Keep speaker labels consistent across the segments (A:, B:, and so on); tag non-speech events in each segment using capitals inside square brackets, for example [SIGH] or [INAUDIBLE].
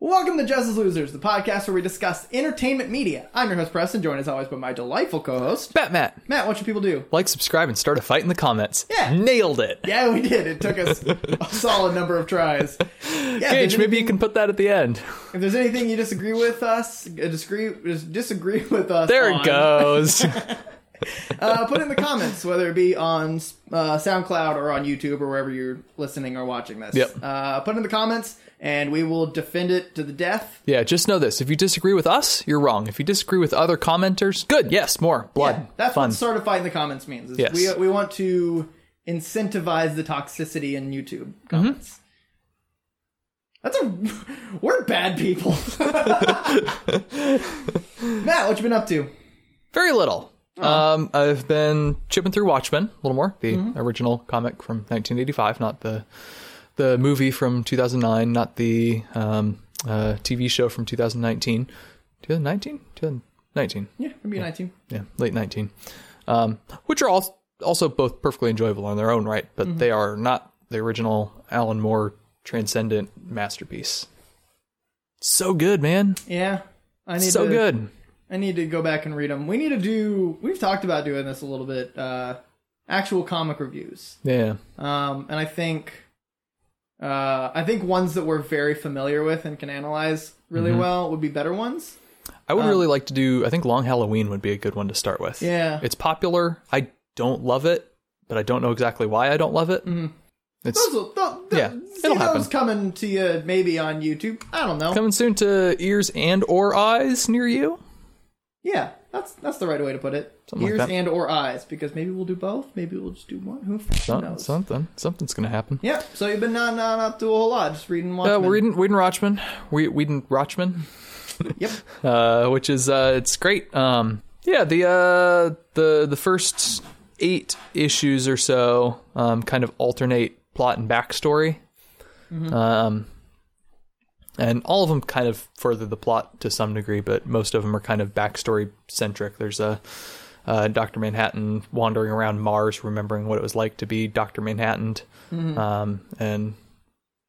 A: Welcome to Justice Losers, the podcast where we discuss entertainment media. I'm your host, Preston, joined as always by my delightful co host,
B: Batman.
A: Matt. What should people do?
B: Like, subscribe, and start a fight in the comments.
A: Yeah.
B: Nailed it.
A: Yeah, we did. It took us
B: [LAUGHS]
A: a solid number of tries. Yeah, if
B: Gage,
A: there's
B: maybe you can put that at the end.
A: If there's anything you disagree with us, uh, disagree dis- disagree with us.
B: There
A: on,
B: it goes.
A: Uh, put it in the comments, whether it be on uh, SoundCloud or on YouTube or wherever you're listening or watching this.
B: Yep.
A: Uh, put it in the comments, and we will defend it to the death.
B: yeah, just know this. If you disagree with us, you're wrong. If you disagree with other commenters, good. Yes, more. Blood.
A: Yeah, that's
B: Fun.
A: what certified in the comments means. is
B: Yes.
A: We we want to incentivize the toxicity in YouTube
B: Mm-hmm.
A: comments. That's a [LAUGHS] we're bad people. [LAUGHS] Matt, what you been up to?
B: Very little.
A: Uh-huh.
B: Um, I've been chipping through Watchmen a little more, the
A: Mm-hmm.
B: original comic from 1985, not the the movie from 2009, not the um, uh, TV show from 2019. 2019? 2019.
A: Yeah, maybe 19.
B: yeah, late 19, um, which are all, also both perfectly enjoyable on their own right, but
A: Mm-hmm.
B: they are not the original Alan Moore transcendent masterpiece. So good, man.
A: Yeah. I need
B: So
A: to,
B: good.
A: I need to go back and read them. We need to do we've talked about doing this a little bit uh actual comic reviews.
B: Yeah.
A: Um, and I think, uh, I think ones that we're very familiar with and can analyze really
B: Mm-hmm.
A: well would be better ones.
B: I would really like to do, I think Long Halloween would be a good one to start with.
A: Um, Yeah,
B: It's popular. I don't love it, but I don't know exactly why I don't love it.
A: Mm-hmm.
B: It's
A: those will, th- th-
B: yeah,
A: see
B: it'll happen.
A: those coming to you maybe on YouTube. I don't know.
B: coming soon to ears and or eyes near you.
A: yeah, that's that's the right way to put it.
B: Something like
A: Ears
B: that.
A: and or eyes, because maybe we'll do both. Maybe we'll just do one. Who f-
B: Some-
A: knows?
B: Something, something's going to happen.
A: Yeah. So you've been not not up to a whole lot, just reading.
B: Uh,
A: Watchmen.
B: we're reading Whedon Rochman. We, Whedon Rochman.
A: Yep.
B: uh, which is uh, it's great. Um, yeah, the uh, the the first eight issues or so um, kind of alternate plot and backstory, um, and all of them kind of further the plot to some degree, but most of them are kind of backstory centric. There's a uh, Doctor Manhattan wandering around Mars, remembering what it was like to be Doctor Manhattan, um, and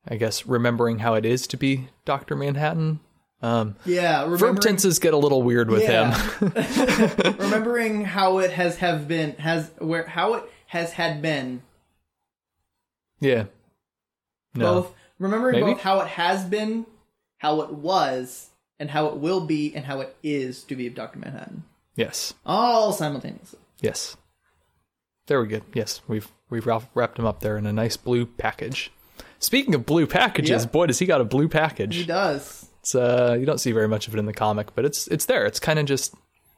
B: I guess remembering how it is to be Doctor Manhattan. Um,
A: Yeah. Remembering,
B: [LAUGHS] verb tenses get a little weird with him.
A: Yeah. [LAUGHS] remembering how it has have been has where how it has had been
B: [LAUGHS] Yeah. No.
A: both remembering
B: Maybe.
A: both how it has been, how it was, and how it will be, and how it is to be Doctor Manhattan,
B: Yes.
A: all simultaneously.
B: Yes. There we go. Yes, we've we've wrap- wrapped him up there in a nice blue package. Speaking of blue packages,
A: Yeah.
B: boy does he got a blue
A: He
B: [LAUGHS] package.
A: does.
B: It's uh you don't see very much of it in the comic, but it's it's there. It's kind of just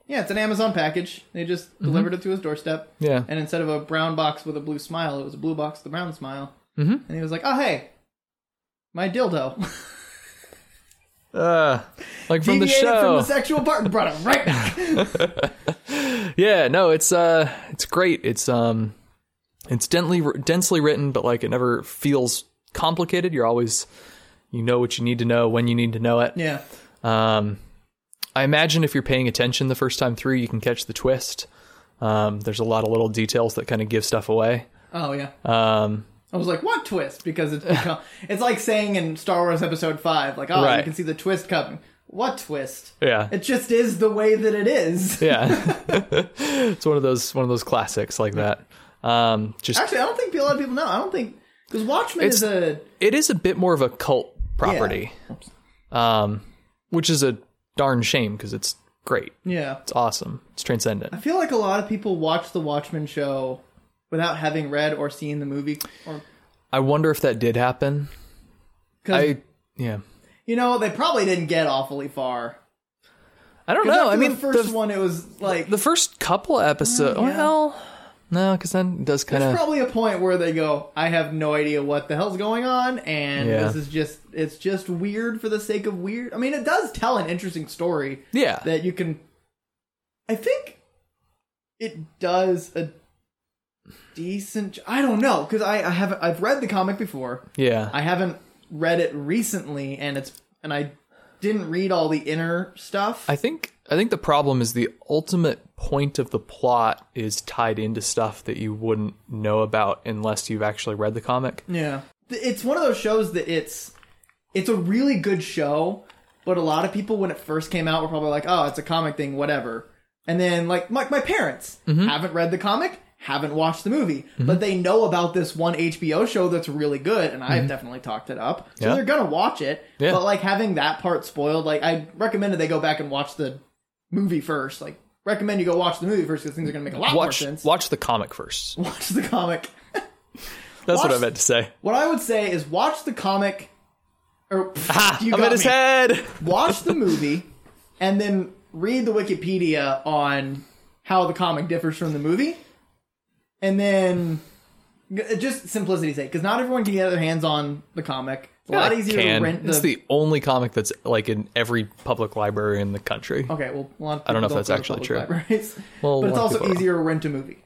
A: Yeah, it's an Amazon package. They just delivered it to his doorstep,
B: Mm-hmm. yeah.
A: and instead of a brown box with a blue smile, it was a blue box with a brown smile. Mm-hmm. And he was like, "Oh hey, my dildo
B: Uh
A: [LAUGHS]
B: like from the
A: deviated from
B: show.
A: the sexual part, brought it right
B: [LAUGHS]
A: back."
B: yeah, no, it's uh it's great. It's um it's densely densely written, but like it never feels complicated. You're always you know what you need to know when you need to know it.
A: yeah,
B: Um, I imagine if you're paying attention the first time through, you can catch the twist. Um, there's a lot of little details that kind of give stuff away.
A: oh yeah.
B: Um,
A: I was like, "What twist?" Because it's
B: [LAUGHS]
A: become, it's like saying in Star Wars Episode Five, like, "Oh, you
B: Right.
A: can see the twist coming." What twist?
B: yeah,
A: It just is the way that it is.
B: [LAUGHS] yeah. [LAUGHS] it's one of those one of those classics like that. Um, just
A: Actually, I don't think a lot of people know. I don't think because Watchmen is a
B: it is a bit more of a cult property, um, which is a darn shame because it's great.
A: yeah.
B: It's awesome. It's transcendent.
A: I feel like a lot of people watch the Watchmen show without having read or seen the movie, or
B: I wonder if that did happen.
A: because
B: I yeah.
A: you know they probably didn't get awfully far.
B: I don't
A: 'Cause
B: know.
A: after
B: I mean,
A: the first
B: the-
A: one, it was like
B: The first couple episodes. Well, no, because then it does kind
A: there's
B: of.
A: probably a point where they go, "I have no idea what the hell's going on," and
B: Yeah.
A: this is just it's just weird for the sake of weird. I mean, it does tell an interesting story,
B: yeah.
A: that you can i think it does a decent j- i don't know because I, I haven't i've read the comic before
B: yeah.
A: i haven't read it recently and it's and i didn't read all the inner stuff
B: I think I think the problem is the ultimate point of the plot is tied into stuff that you wouldn't know about unless you've actually read the comic.
A: yeah Th- it's one of those shows that it's it's a really good show, but a lot of people when it first came out were probably like, "Oh, it's a comic thing, whatever." And then like my my parents
B: Mm-hmm.
A: haven't read the comic, haven't watched the movie, but they know about this one HBO show that's really good, and I've definitely talked it up, so
B: Mm-hmm. Yeah.
A: they're gonna watch it.
B: Yeah.
A: But like having that part spoiled, like I recommend that they go back and watch the movie first. Like recommend you go watch the movie first because things are gonna make a lot
B: Watch
A: more sense.
B: watch the comic
A: [LAUGHS]
B: first.
A: watch the comic.
B: That's what
A: Watch-
B: I meant to say.
A: What I would say is watch the comic,
B: [LAUGHS]
A: or Ah,
B: Ha!
A: you
B: Ah, I'm
A: got
B: in his
A: me.
B: head.
A: Watch the movie, and then read the Wikipedia on how the comic differs from the movie, and then g- just simplicity's sake, because not everyone can get their hands on the comic. It's a lot
B: Yeah,
A: easier
B: can.
A: to rent
B: It's the only comic that's like in every public library in the country.
A: Okay, well, a lot of
B: I don't know if
A: people
B: that's
A: go to
B: actually
A: public
B: true.
A: libraries.
B: [LAUGHS] Well,
A: but
B: a
A: it's
B: lot of
A: also
B: people don't.
A: easier to rent a movie.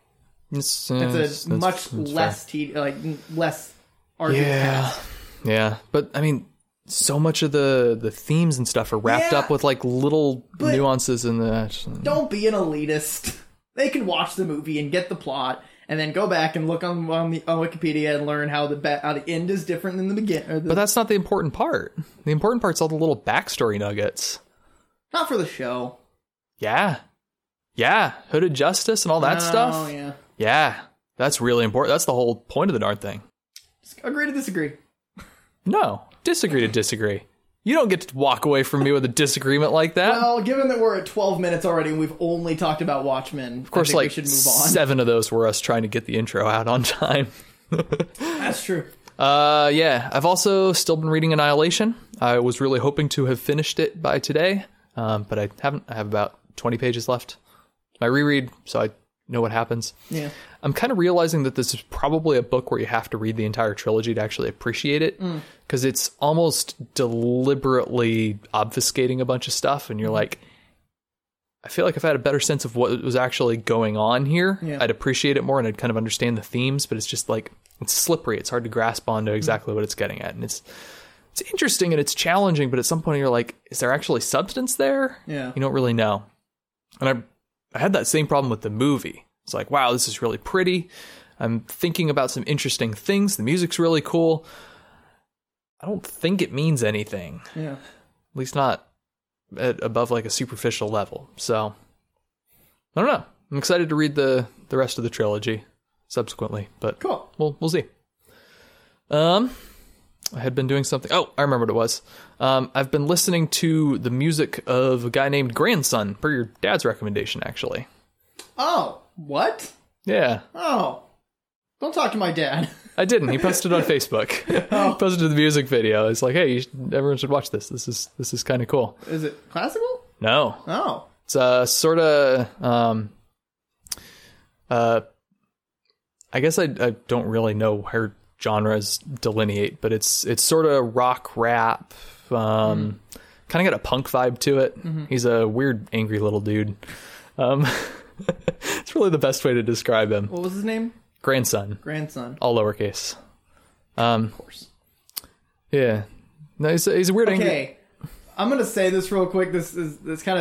A: It's
B: It's,
A: a
B: it's- that's-
A: much
B: that's fair.
A: less te- like n- less arduous
B: Yeah,
A: task.
B: yeah, but I mean, so much of the the themes and stuff are wrapped
A: Yeah.
B: up with like little
A: But-
B: nuances in the.
A: don't be an elitist. They can watch the movie and get the plot, and then go back and look on on, the, on Wikipedia and learn how the be- how the end is different than the begin. Or the,
B: But that's not the important part. The important part's all the little backstory nuggets.
A: not for the show.
B: Yeah, yeah, hooded justice and all that
A: Oh,
B: stuff. Yeah.
A: yeah.
B: that's really important. That's the whole point of the darn thing.
A: Agree to disagree.
B: No, disagree to disagree. You don't get to walk away from me with a disagreement like that.
A: Well, given that we're at 12 minutes already and we've only talked about Watchmen,
B: of
A: I
B: course,
A: think
B: like
A: we should move on.
B: seven of those were us trying to get the intro out on [LAUGHS] time.
A: That's true.
B: Uh, yeah. I've also still been reading Annihilation. I was really hoping to have finished it by today, um, but I haven't. I have about 20 pages left. I reread, so I know what happens.
A: Yeah.
B: I'm kind of realizing that this is probably a book where you have to read the entire trilogy to actually appreciate it,
A: Mm.
B: because it's almost deliberately obfuscating a bunch of stuff, and you're
A: Mm.
B: like, I feel like if I had a better sense of what was actually going on here,
A: Yeah.
B: I'd appreciate it more and I'd kind of understand the themes. But it's just like it's slippery; it's hard to grasp
A: Mm.
B: onto exactly what it's getting at, and it's it's interesting and it's challenging. But at some point, you're like, is there actually substance there?
A: Yeah.
B: you don't really know. And I, I had that same problem with the movie. It's like, wow, this is really pretty. I'm thinking about some interesting things. The music's really cool. I don't think it means anything,
A: Yeah.
B: at least not at, above like a superficial level. So I don't know. I'm excited to read the the rest of the trilogy subsequently, but
A: Cool.
B: we'll we'll see. Um, I had been doing something. Oh, I remember what it was. Um, I've been listening to the music of a guy named Grandson per your dad's recommendation, actually.
A: Oh, what?
B: Yeah,
A: Oh. Don't talk to my dad. [LAUGHS]
B: I didn't. He posted it on Facebook. He posted the music video. It's like, hey, you should, everyone should watch this. This is this is kind of cool.
A: Is it classical?
B: No,
A: Oh.
B: it's uh, sort of um, uh, I guess I I don't really know where genres delineate, but it's it's sort of rock rap,
A: Mm-hmm.
B: um, kind of got a punk vibe to it. He's a weird angry little dude. Um, [LAUGHS] it's really the best way to describe him.
A: What was his name?
B: Grandson,
A: Grandson.
B: all lowercase. Um,
A: Of course.
B: Yeah, no, he's a, he's a weird angry.
A: Okay, I'm gonna say this real quick. This is this kind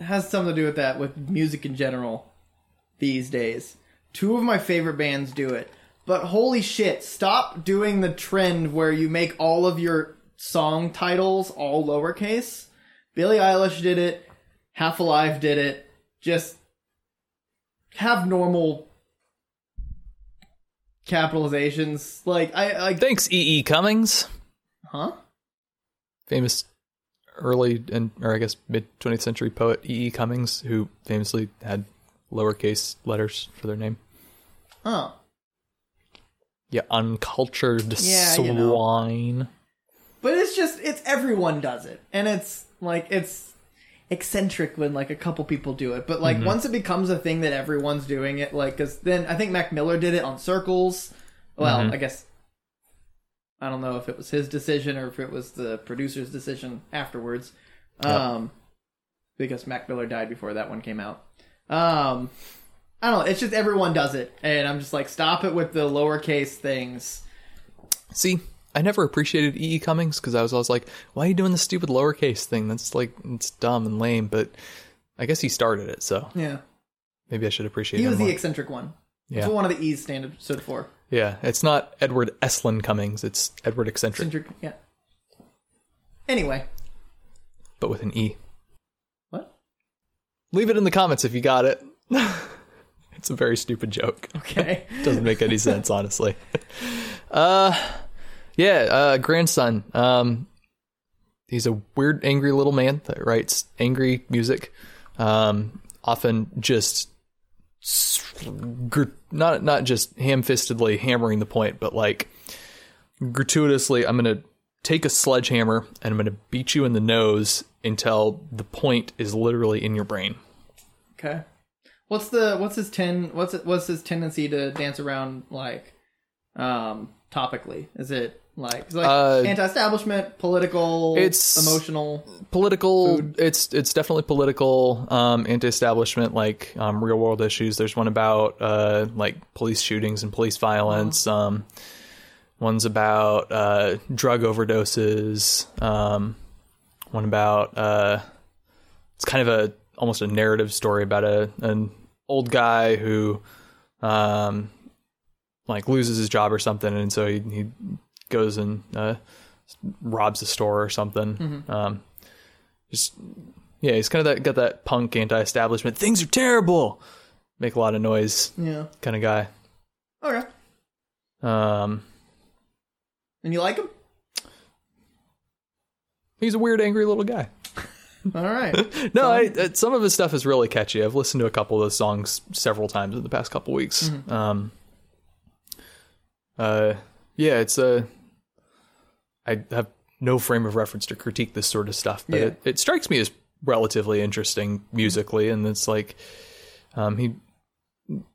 A: of has something to do with that with music in general these days. Two of my favorite bands do it, but holy shit! Stop doing the trend where you make all of your song titles all lowercase. Billie Eilish did it. Half Alive did it. Just have normal capitalizations. Like I like
B: Thanks, E. E. Cummings.
A: huh?
B: famous early and or I guess mid 20th century poet E. E. Cummings, who famously had lowercase letters for their name.
A: Oh.
B: Yeah, uncultured
A: Yeah, you know.
B: swine.
A: But it's just it's everyone does it, and it's like it's eccentric when like a couple people do it. But like once it becomes a thing that everyone's doing it, like because then I think Mac Miller did it on Circles. Well, I guess I don't know if it was his decision or if it was the producer's decision afterwards, um, because Mac Miller died before that one came out. Um, I don't know. It's just everyone does it, and I'm just like, stop it with the lowercase things.
B: See, I never appreciated E. E. Cummings because I was always like, why are you doing this stupid lowercase thing? That's like it's dumb and lame, but I guess he started it, so
A: Yeah,
B: maybe I should appreciate
A: he
B: him
A: was the
B: more.
A: eccentric one.
B: yeah.
A: That's what one of the E's stand stood for.
B: yeah, it's not Edward Eslin Cummings, it's Edward Eccentric.
A: Eccentric. Yeah. Anyway,
B: but with an E. [LAUGHS]
A: what?
B: Leave it in the comments if you got it. [LAUGHS] it's a very stupid joke.
A: Okay.
B: Doesn't make any sense, honestly. [LAUGHS] Uh, yeah, uh, grandson. Um, he's a weird, angry little man that writes angry music. Um, often just s- gr- not not just ham-fistedly hammering the point, but like gratuitously. I'm gonna take a sledgehammer and I'm gonna beat you in the nose until the point is literally in your brain.
A: Okay. What's the what's his ten what's it what's his tendency to dance around like um topically? Is it like, is it, like
B: Uh,
A: anti-establishment, political,
B: it's-
A: emotional?
B: political it's it's definitely political um anti-establishment like um real world issues there's one about uh like police shootings and police violence um one's about uh drug overdoses um one about uh it's kind of a almost a narrative story about a an old guy who um like loses his job or something and so he, he goes and uh robs a store or something um just yeah, he's kind of that got that punk anti-establishment. Things are terrible. Make a lot of noise
A: Yeah.
B: kind of guy.
A: Okay.
B: Um,
A: And you like him?
B: he's a weird, angry little guy.
A: All
B: [LAUGHS]
A: right.
B: No, I, uh, some of his stuff is really catchy. I've listened to a couple of those songs several times in the past couple weeks.
A: Mm-hmm.
B: Um, uh, yeah, it's a. I have no frame of reference to critique this sort of stuff, but
A: Yeah.
B: it, it strikes me as relatively interesting musically, and it's like, um, he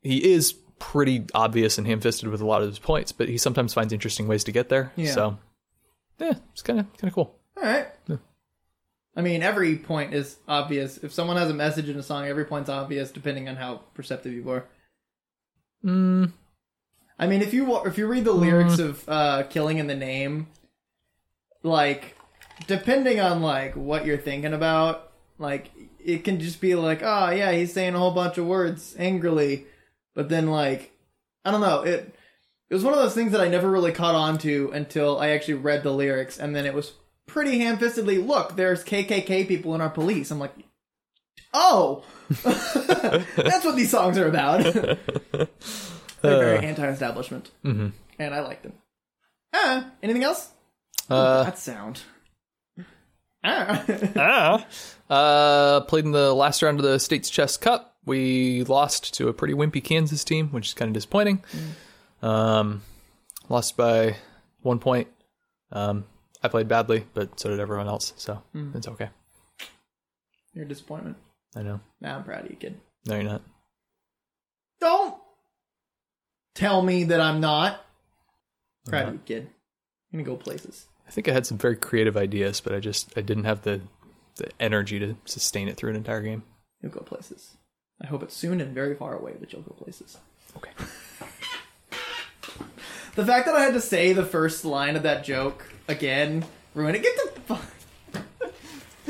B: he is pretty obvious and ham-fisted with a lot of his points, but he sometimes finds interesting ways to get there.
A: Yeah.
B: So, yeah, it's kind of kind of cool.
A: All right. I mean, every point is obvious. If someone has a message in a song, every point's obvious, depending on how perceptive you are.
B: Mm,
A: I mean, if you wa- if you read the lyrics of uh, "Killing in the Name," like depending on like what you're thinking about, like it can just be like, oh yeah, he's saying a whole bunch of words angrily, but then like I don't know it. It was one of those things that I never really caught on to until I actually read the lyrics, and then it was pretty ham-fistedly. Look, there's KKK people in our police. I'm like, oh, [LAUGHS] that's what these songs are about. They're very anti-establishment,
B: mhm.
A: and I like them. Ah, anything else?
B: Uh,
A: that sound. Ah. [LAUGHS]
B: Ah. Uh, played in the last round of the States Chess Cup. We lost to a pretty wimpy Kansas team, which is kind of disappointing. Um, lost by one point. Um, I played badly, but so did everyone else. So it's okay.
A: Your disappointment.
B: I know.
A: Nah, I'm proud of you, kid.
B: No, you're not.
A: Don't tell me that I'm not proud of you, kid. I'm gonna go places.
B: I think I had some very creative ideas, but I just I didn't have the the energy to sustain it through an entire game.
A: You'll go places. I hope it's soon and very far away, but you'll go places.
B: Okay.
A: The fact that I had to say the first line of that joke again ruined it. Get the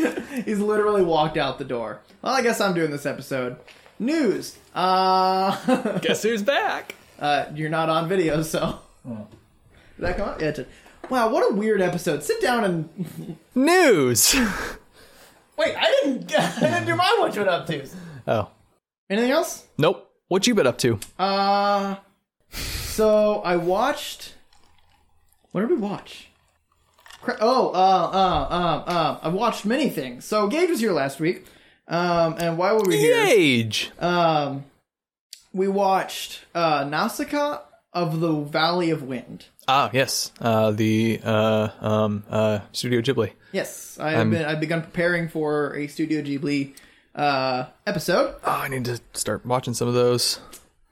A: fuck. [LAUGHS] He's literally walked out the door. Well, I guess I'm doing this episode. News. Uh, [LAUGHS]
B: [LAUGHS] Guess who's back?
A: uh you're not on video, so. Did that come up? Yeah, it did. Wow, what a weird episode. Sit down and
B: News.
A: wait. I didn't. [LAUGHS] I didn't do my what you been up to.
B: [LAUGHS] oh,
A: Anything else?
B: nope. What you been up to?
A: Uh, so I watched. What did we watch? Cra- Oh, uh, uh, uh, uh, I watched many things. So Gage was here last week. Um, and why were we here?
B: Gage.
A: Um, we watched uh, Nausicaa of the Valley of Wind.
B: Ah, yes. Uh, the uh, um, uh, Studio Ghibli.
A: Yes, I've been I've begun preparing for a Studio Ghibli uh, episode.
B: Oh, I need to start watching some of those.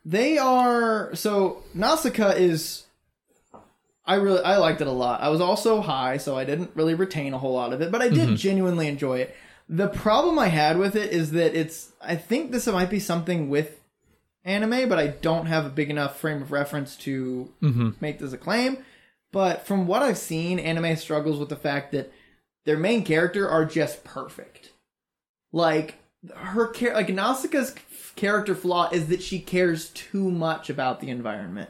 A: They are so Nausicaa is. I really I liked it a lot. I was also high, so I didn't really retain a whole lot of it, but I did genuinely enjoy it. The problem I had with it is that it's. I think this might be something with anime, but I don't have a big enough frame of reference to make this a claim. But from what I've seen, anime struggles with the fact that their main character are just perfect. Like her care, like Nausicaa's character flaw is that she cares too much about the environment,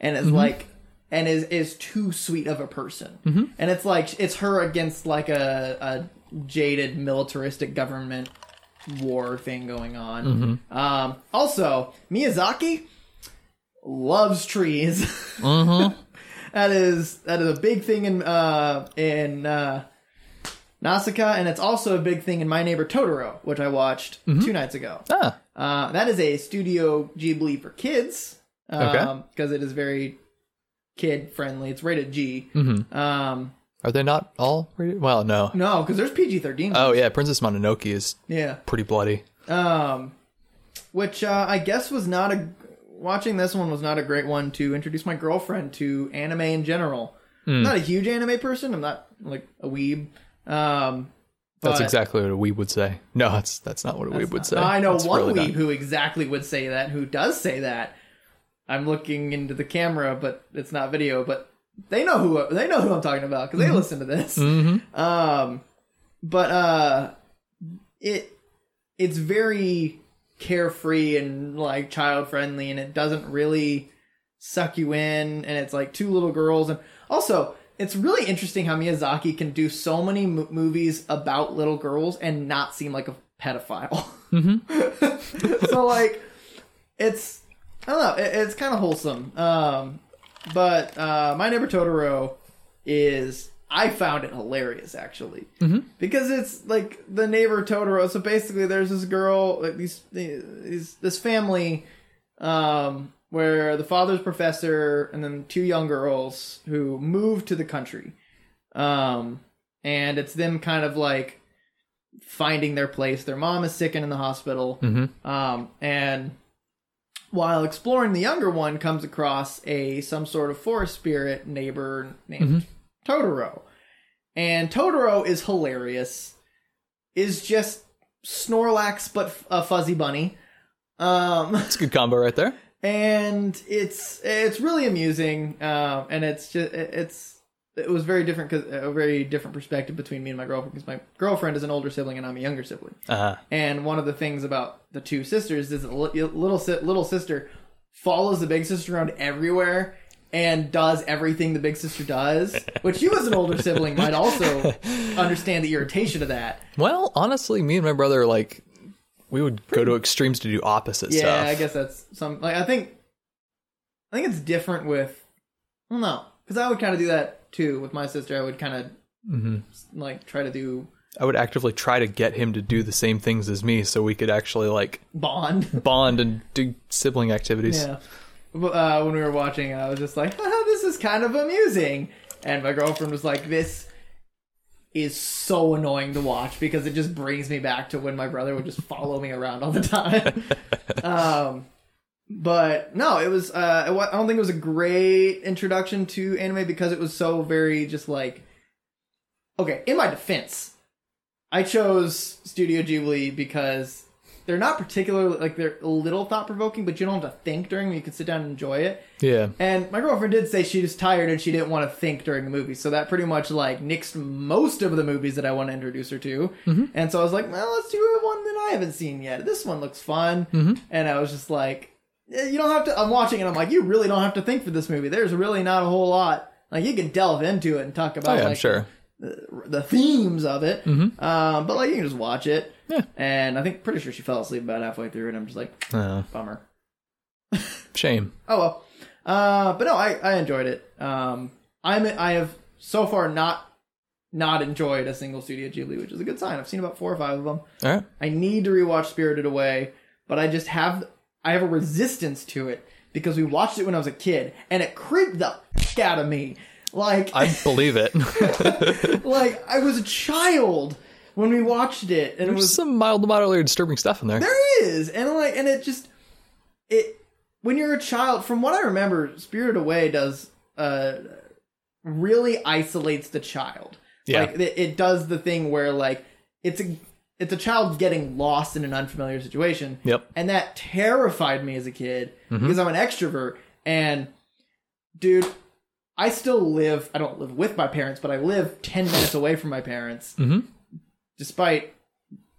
A: and it's like and is is too sweet of a person. And it's like it's her against like a, a jaded militaristic government war thing going on. Um, also, Miyazaki loves trees. [LAUGHS] That is that is a big thing in uh, in uh, Nausicaa, and it's also a big thing in My Neighbor Totoro, which I watched two nights ago.
B: Ah,
A: Uh, that is a Studio Ghibli for kids because
B: Okay.
A: it is very kid friendly. It's rated G. Um,
B: are they not all rated? Well, no.
A: no, because there's PG thirteen.
B: Oh yeah, Princess Mononoke is
A: yeah.
B: pretty bloody.
A: Um, which uh, I guess was not a watching this one was not a great one to introduce my girlfriend to anime in general. I'm not a huge anime person. I'm not like a weeb. Um,
B: That's
A: but-
B: exactly what a weeb would say. No, that's that's not what a weeb would say.
A: I know
B: That's
A: one
B: really
A: weeb
B: not-
A: who exactly would say that, who does say that. I'm looking into the camera, but it's not video. But they know who they know who I'm talking about because
B: Mm-hmm.
A: they listen to this. Um, but uh, it it's very carefree and like child friendly, and it doesn't really suck you in. And it's like two little girls, and also. It's really interesting how Miyazaki can do so many mo- movies about little girls and not seem like a pedophile. [LAUGHS] so like it's I don't know. It, it's kind of wholesome. Um, but uh, my neighbor Totoro is I found it hilarious actually because it's like the neighbor Totoro. So basically, there's this girl, like these, these this family, um, where the father's professor and then two young girls who move to the country, um, and it's them kind of like finding their place. Their mom is sick and in the hospital,
B: mm-hmm.
A: um, and while exploring the younger one comes across a some sort of forest spirit neighbor named Totoro. And Totoro is hilarious. Is just Snorlax but f- a fuzzy bunny. Um [LAUGHS]
B: It's a good combo right there.
A: and it's it's really amusing um and it's just it's it was very different cuz a very different perspective between me and my girlfriend cuz my girlfriend is an older sibling and I'm a younger sibling.
B: Uh,
A: And one of the things about the two sisters is that the li- little si- little sister follows the big sister around everywhere and does everything the big sister does, which you as an older sibling might also understand the irritation of that.
B: well, honestly, me and my brother like we would go to extremes to do opposite
A: Yeah,
B: stuff.
A: I guess that's some like I think I think it's different with well no, cuz I would kind of do that too with my sister. I would kind of like try to do
B: I would actively try to get him to do the same things as me, so we could actually like
A: bond.
B: bond and do sibling activities.
A: Yeah. But, Uh, when we were watching, I was just like, Haha, this is kind of amusing. And my girlfriend was like, this is so annoying to watch because it just brings me back to when my brother would just follow me around all the time. um, but no, it was, uh, it wa- I don't think it was a great introduction to anime because it was so very just like, okay, in my defense, I chose Studio Ghibli because they're not particularly like they're a little thought provoking, but you don't have to think during. You can sit down and enjoy it.
B: Yeah.
A: And my girlfriend did say she was tired and she didn't want to think during the movie, so that pretty much like nixed most of the movies that I want to introduce her to.
B: Mm-hmm.
A: And so I was like, well, let's do one that I haven't seen yet. This one looks fun.
B: Mm-hmm.
A: And I was just like, eh, you don't have to. I'm watching it. I'm like, you really don't have to think for this movie. There's really not a whole lot. Like you can delve into it and talk about.
B: Oh, yeah, I'm
A: like,
B: sure.
A: the themes of it. Um, but like you can just watch it.
B: Mm-hmm. Yeah.
A: And I think pretty sure she fell asleep about halfway through, and I'm just like,
B: Uh,
A: bummer.
B: shame.
A: Oh well. Uh, but no, I, I enjoyed it. Um, I'm I have so far not not enjoyed a single Studio Ghibli, which is a good sign. I've seen about four or five of them.
B: All right.
A: I need to rewatch Spirited Away, but I just have I have a resistance to it because we watched it when I was a kid, and it creeped the f- out of me. Like
B: I believe [LAUGHS] it.
A: like I was a child when we watched it, and it
B: There's
A: was
B: some mild to moderately disturbing stuff in there.
A: there is, and like, and it just it when you're a child. From what I remember, Spirited Away does uh really isolates the child.
B: Yeah.
A: like it, it does the thing where like it's a it's a child getting lost in an unfamiliar situation.
B: Yep.
A: and that terrified me as a kid because I'm an extrovert and dude. I still live. I don't live with my parents, but I live ten minutes away from my parents despite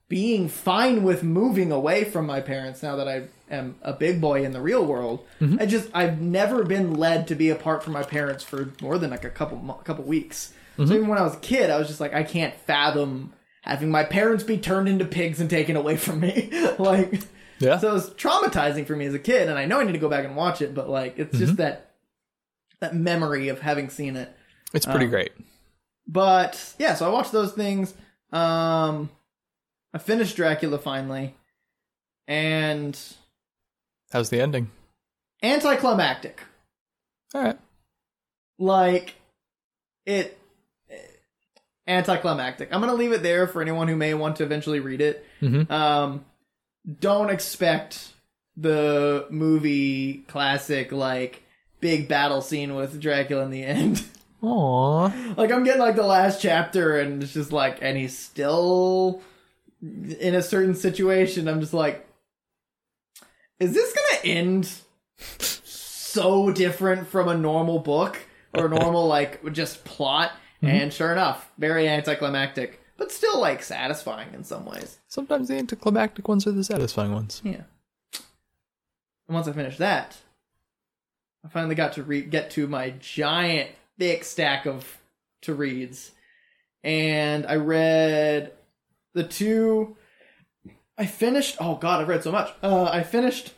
A: being fine with moving away from my parents now that I am a big boy in the real world. I just I've never been led to be apart from my parents for more than like a couple mo- couple weeks. So even when I was a kid, I was just like I can't fathom having my parents be turned into pigs and taken away from me. [LAUGHS] like
B: Yeah.
A: so it was traumatizing for me as a kid, and I know I need to go back and watch it, but like it's just that that memory of having seen it.
B: it's
A: uh,
B: pretty great.
A: But yeah, so I watched those things. Um I finished Dracula finally. And
B: How's the ending?
A: anticlimactic.
B: All right.
A: Like it anticlimactic. I'm going to leave it there for anyone who may want to eventually read it.
B: Mhm.
A: Um don't expect the movie classic like big battle scene with Dracula in the end. [LAUGHS]
B: Aww.
A: like I'm getting like the last chapter, and it's just like, and he's still in a certain situation. I'm just like, is this gonna end so different from a normal book or a normal like just plot? And sure enough, very anticlimactic, but still like satisfying in some ways.
B: Sometimes the anticlimactic ones are the satisfying ones.
A: Yeah. And once I finished that, I finally got to re- get to my giant, thick stack of to reads, and I read the two. I finished. Oh God, I've read so much. Uh, I finished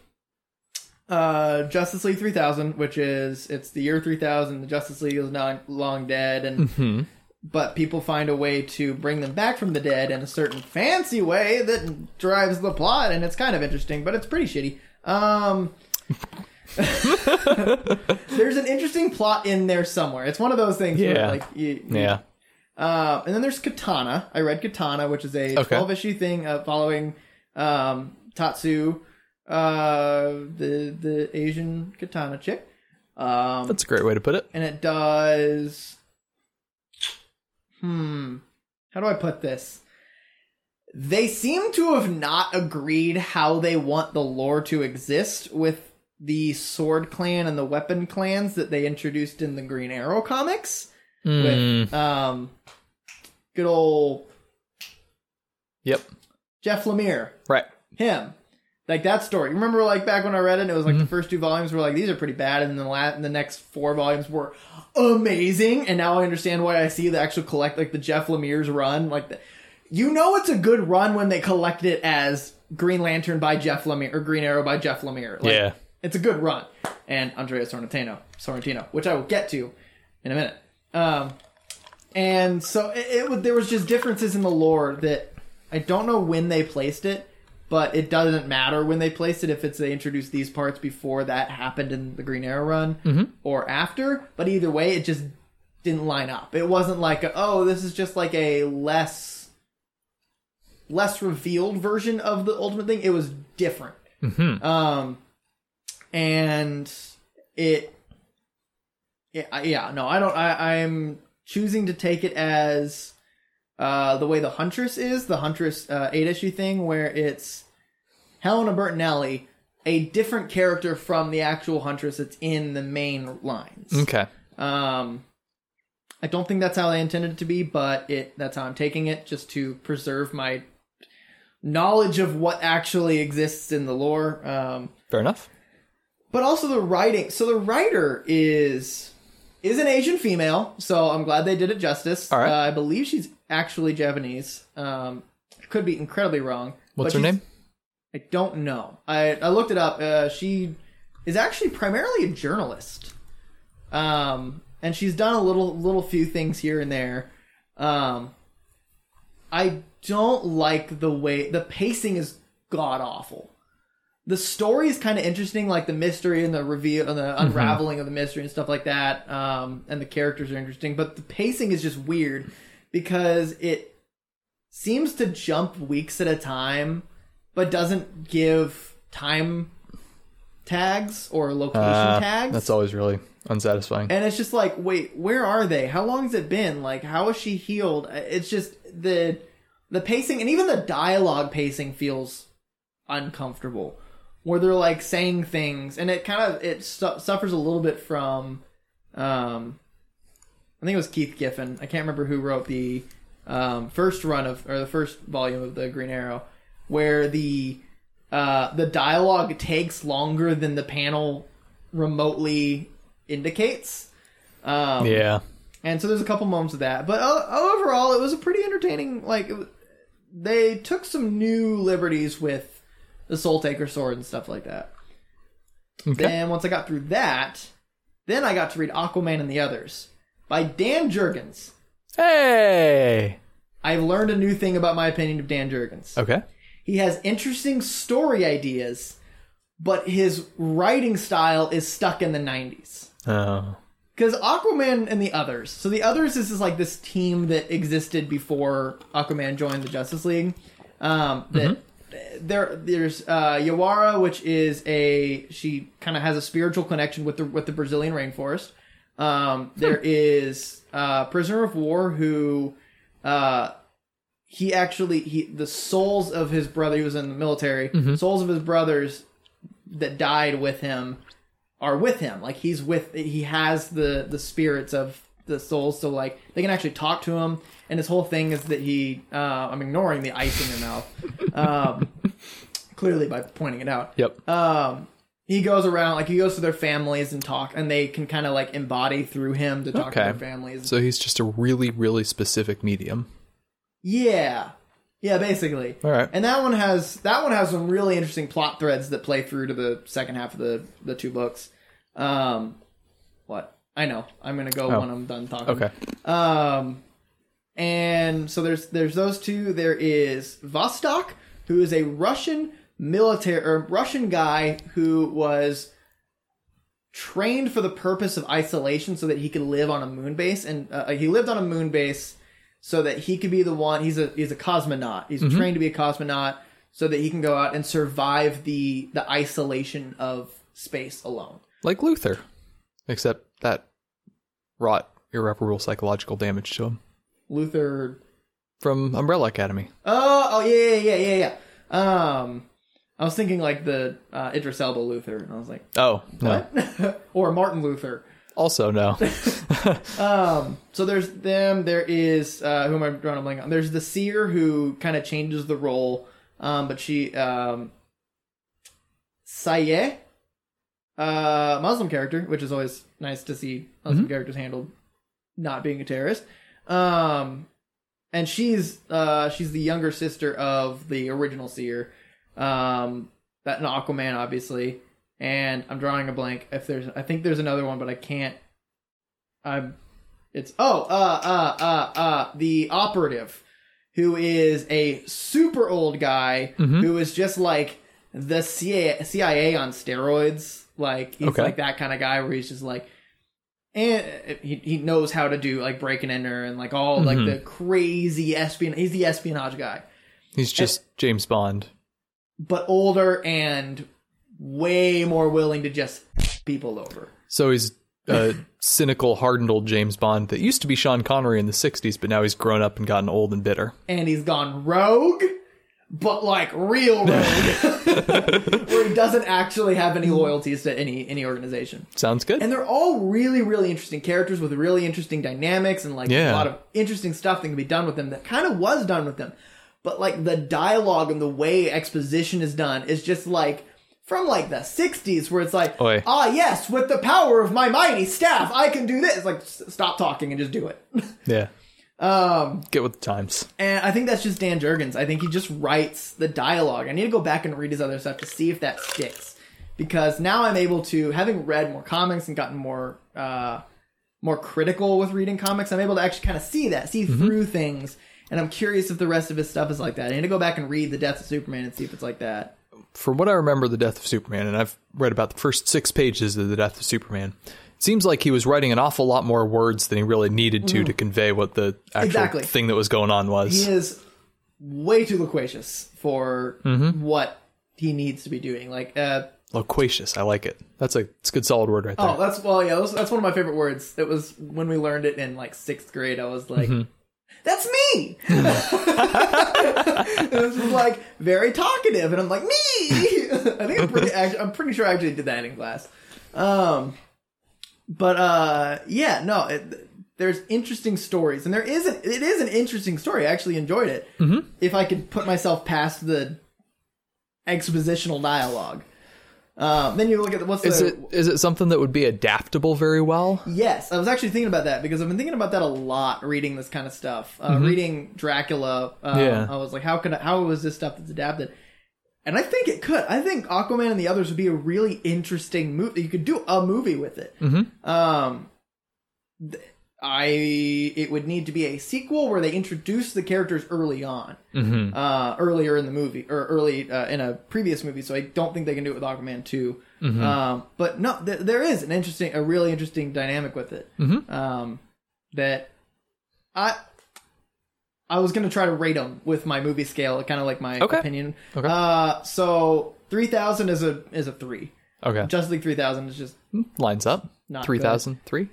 A: uh, Justice League three thousand, which is it's the year three thousand. The Justice League is not long dead, and
B: Hmm.
A: but people find a way to bring them back from the dead in a certain fancy way that drives the plot and it's kind of interesting but it's pretty shitty um [LAUGHS] there's an interesting plot in there somewhere it's one of those things where
B: Yeah.
A: like you,
B: Yeah.
A: uh, and then there's Katana. I read Katana, which is a
B: Okay.
A: 12 issue thing uh, following um, Tatsu, uh, the the Asian Katana chick. Um,
B: That's a great way to put it.
A: and it does hmm how do i put this they seem to have not agreed how they want the lore to exist with the sword clan and the weapon clans that they introduced in the green arrow comics
B: Mm.
A: with um good old
B: Yep.
A: jeff lemire
B: Right.
A: him. Like that story. Remember, like back when I read it, and it was like the first two volumes were like these are pretty bad, and the la- and the next four volumes were amazing. And now I understand why I see the actual collect like the Jeff Lemire's run. Like, the, you know, it's a good run when they collected it as Green Lantern by Jeff Lemire or Green Arrow by Jeff Lemire. Like,
B: Yeah.
A: it's a good run. And Andrea Sorrentino, Sorrentino, which I will get to in a minute. Um, and so it, it was- there was just differences in the lore that I don't know when they placed it, but it doesn't matter when they placed it if it's they introduced these parts before that happened in the Green Arrow run or after. But either way, it just didn't line up. It wasn't like oh, this is just like a less less revealed version of the ultimate thing. It was different. Um, and it, it, I- yeah, no, I don't. I, I'm choosing to take it as uh, the way the Huntress is, the Huntress uh, eight issue thing, where it's Helena Bertinelli, a different character from the actual Huntress that's in the main lines.
B: Okay.
A: Um, I don't think that's how I intended it to be, but it that's how I'm taking it, just to preserve my knowledge of what actually exists in the lore. Um,
B: Fair enough.
A: but also the writing. So the writer is is an Asian female, so I'm glad they did it justice.
B: All right.
A: Uh, I believe she's actually Japanese. Um, could be incredibly wrong.
B: What's
A: but
B: her
A: she's-
B: name?
A: I don't know. I I looked it up. Uh, she is actually primarily a journalist, um, and she's done a little little few things here and there. Um, I don't like the way the pacing is god awful. The story is kind of interesting, like the mystery and the reveal and
B: Mm-hmm.
A: the unraveling of the mystery and stuff like that. Um, and the characters are interesting, but the pacing is just weird because it seems to jump weeks at a time, but doesn't give time tags or location
B: Uh,
A: tags.
B: That's always really unsatisfying.
A: And it's just like, wait, where are they? How long has it been? Like, how is she healed? It's just the the pacing and even the dialogue pacing feels uncomfortable, where they're like saying things, and it kind of it su- suffers a little bit from, um, I think it was Keith Giffen. I can't remember who wrote the um, first run of or the first volume of the Green Arrow, where the uh, the dialogue takes longer than the panel remotely indicates. Um,
B: Yeah.
A: and so there's a couple moments of that, but uh, overall, it was a pretty entertaining. Like, it wa- they took some new liberties with the Soul Taker sword and stuff like that.
B: Okay.
A: Then once I got through that, then I got to read Aquaman and the Others by Dan Jurgens.
B: Hey.
A: I've learned a new thing about my opinion of Dan Jurgens.
B: Okay.
A: He has interesting story ideas, but his writing style is stuck in the 90s.
B: Oh.
A: Because Aquaman and the Others. So the Others is, is like this team that existed before Aquaman joined the Justice League. Um, that there, there's uh, Yawara, which is a she kind of has a spiritual connection with the with the Brazilian rainforest. Um, there is uh, prisoner of war who uh, he actually he the souls of his brother he was in the military souls of his brothers that died with him are with him. Like he's with he has the the spirits of the souls, so like they can actually talk to him. And his whole thing is that he uh, I'm ignoring the ice in your mouth, um, clearly by pointing it out.
B: Yep.
A: Um, he goes around like he goes to their families and talk, and they can kind of like embody through him to talk
B: Okay.
A: to their families.
B: So he's just a really, really specific medium.
A: yeah, yeah, basically.
B: All right.
A: And that one has that one has some really interesting plot threads that play through to the second half of the the two books. Um, what I know, I'm gonna go when I'm done talking.
B: Oh. Okay.
A: Um, and so there's there's those two. There is Vostok, who is a Russian military or Russian guy who was trained for the purpose of isolation, so that he could live on a moon base. And uh, he lived on a moon base so that he could be the one. He's a he's a cosmonaut. He's trained to be a cosmonaut so that he can go out and survive the the isolation of space alone.
B: Like Luther, except that wrought irreparable psychological damage to him
A: Luther
B: from Umbrella Academy.
A: Oh, oh yeah, yeah, yeah, yeah, yeah. Um, I was thinking like the uh, Idris Elba Luther, and I was like,
B: Oh no.
A: what? [LAUGHS] or Martin Luther.
B: Also no.
A: Um, so there's them. There is uh, who am I drawing a blank on? There's the seer who kind of changes the role, um, but she um, Saye, uh, Muslim character, which is always nice to see Muslim characters handled, not being a terrorist. Um, and she's uh, she's the younger sister of the original seer, um, that an Aquaman obviously. And I'm drawing a blank. If there's, I think there's another one, but I can't. I'm it's oh, uh, uh, uh, uh, the operative, who is a super old guy
B: Hmm? Mm-hmm.
A: who is just like the CIA, CIA on steroids. Like he's
B: Okay.
A: like that kind of guy where he's just like, and he he knows how to do like break and enter and like all like the crazy espionage. He's the espionage guy,
B: he's just James Bond.
A: but older and way more willing to just people over.
B: So he's a cynical, hardened old James Bond that used to be Sean Connery in the '60s, but now he's grown up and gotten old and bitter.
A: and he's gone rogue, but like real rogue,
B: [LAUGHS]
A: where he doesn't actually have any loyalties to any any organization.
B: Sounds good.
A: And they're all really really interesting characters with really interesting dynamics and like a
B: Yeah.
A: lot of interesting stuff that can be done with them that kind of was done with them. But like the dialogue and the way exposition is done is just like from like the 60s where it's like
B: Oi.
A: ah yes with the power of my mighty staff I can do this like s- stop talking and just do it. [LAUGHS]
B: yeah. Um, Get with the times.
A: And I think that's just Dan Jurgens. I think he just writes the dialogue. I need to go back and read his other stuff to see if that sticks. Because now I'm able to, having read more comics and gotten more uh, more critical with reading comics, I'm able to actually kind of see that, see through things. And I'm curious if the rest of his stuff is like that. I need to go back and read The Death of Superman and see if it's like that.
B: from what I remember, the death of Superman, and I've read about the first six pages of the death of Superman. It seems like he was writing an awful lot more words than he really needed to to convey what the actual
A: Mm-hmm. Exactly.
B: thing that was going on was.
A: He is way too loquacious for what he needs to be doing. Like, uh,
B: Loquacious, I like it. That's a it's a good solid word right there.
A: Oh, that's well, yeah, that's, that's one of my favorite words. It was when we learned it in like sixth grade. I was like,
B: Mm-hmm.
A: "That's me." [LAUGHS] it was just, like very talkative, and I'm like, "Me." [LAUGHS] I think I'm pretty. Actually, I'm pretty sure I actually did that in class. Um, but uh, yeah, no, it, there's interesting stories, and there is an, it
B: Mm-hmm.
A: is an interesting story. I actually enjoyed it. If I could put myself past the expositional dialogue. Um, then you look at the- what's
B: Is
A: the
B: it is it something that would be adaptable very well?
A: Yes, I was actually thinking about that because I've been thinking about that a lot reading this kind of stuff. Uh, Reading Dracula, um,
B: Yeah.
A: I was like, how could I, how is this stuff that's adapted? And I think it could. I think Aquaman and the others would be a really interesting movie. You could do a movie with it. Um, th- I it would need to be a sequel where they introduce the characters early on,
B: Mm-hmm.
A: uh, earlier in the movie or early uh, in a previous movie. So I don't think they can do it with Aquaman 2
B: Mm-hmm.
A: Um, but no, th- there is an interesting, a really interesting dynamic with it.
B: Mhm.
A: Um, that I I was gonna try to rate them with my movie scale, kind of like my
B: Okay.
A: opinion.
B: Okay.
A: Uh, so three thousand is a is a three.
B: Okay,
A: Justice League three thousand is just
B: lines up.
A: Not
B: Three thousand three.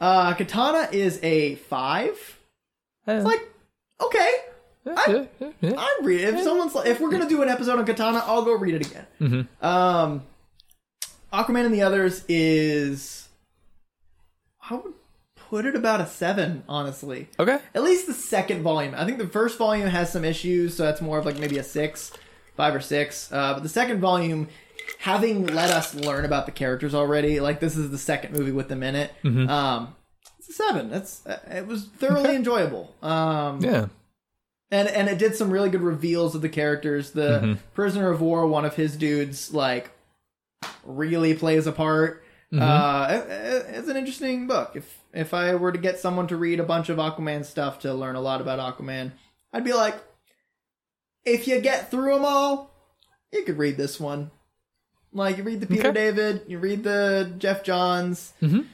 A: uh, Katana is a five.
B: Eh,
A: It's like ah! okay. I- I read if someone's if we're gonna do an episode on Katana, I'll go read it again. Um, Aquaman and the others is I would put it about a seven, honestly.
B: Okay.
A: At least the second volume. I think the first volume has some issues, so that's more of like maybe a six, five or six. Uh, but the second volume, having let us learn about the characters already, like this is the second movie with them in it. Um, it's a seven. That's uh, it was thoroughly enjoyable. Um,
B: Yeah.
A: and and it did some really good reveals of the characters. The prisoner of war, one of his dudes, like really plays a part. Uh, it- it- it's an interesting book. If if I were to get someone to read a bunch of Aquaman stuff to learn a lot about Aquaman, I'd be like, if you get through them all, you could read this one. Like you read the Peter
B: Okay.
A: David, you read the Jeff Johns.
B: Mhm.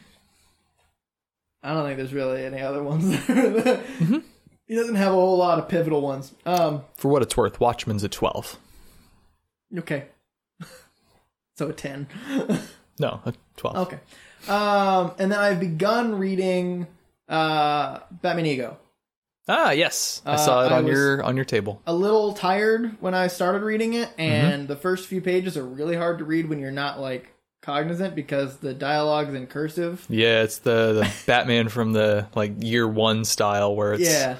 A: I don't think there's really any other [LAUGHS] ones. He doesn't have a whole lot of pivotal ones. Um,
B: For what it's worth, Watchmen's a twelve.
A: okay. [LAUGHS] so a [LAUGHS] 10.
B: No, a twelve.
A: okay. Um, and then I've begun reading uh, Batman Ego.
B: Ah, yes, I
A: Uh,
B: saw it
A: I
B: on
A: was-
B: your on your table.
A: A little tired when I started reading it,
B: Mm-hmm.
A: and the first few pages are really hard to read when you're not like cognizant because the dialogue's in cursive.
B: Yeah, it's the the [LAUGHS] Batman from the like year one style where it's
A: Yeah.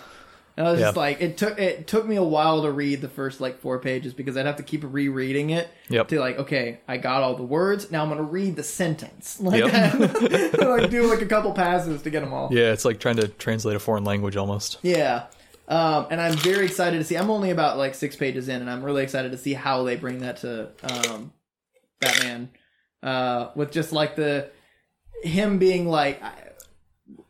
A: And I was just
B: Yeah.
A: like it took it took me a while to read the first like four pages because I'd have to keep rereading it
B: Yep.
A: to like okay I got all the words now I'm gonna read the sentence [LAUGHS] like
B: Yep.
A: that. like do like a couple passes to get them all
B: yeah, it's like trying to translate a foreign language almost.
A: yeah um, and I'm very excited to see I'm only about like six pages in and I'm really excited to see how they bring that to um, Batman uh, with just like the him being like I-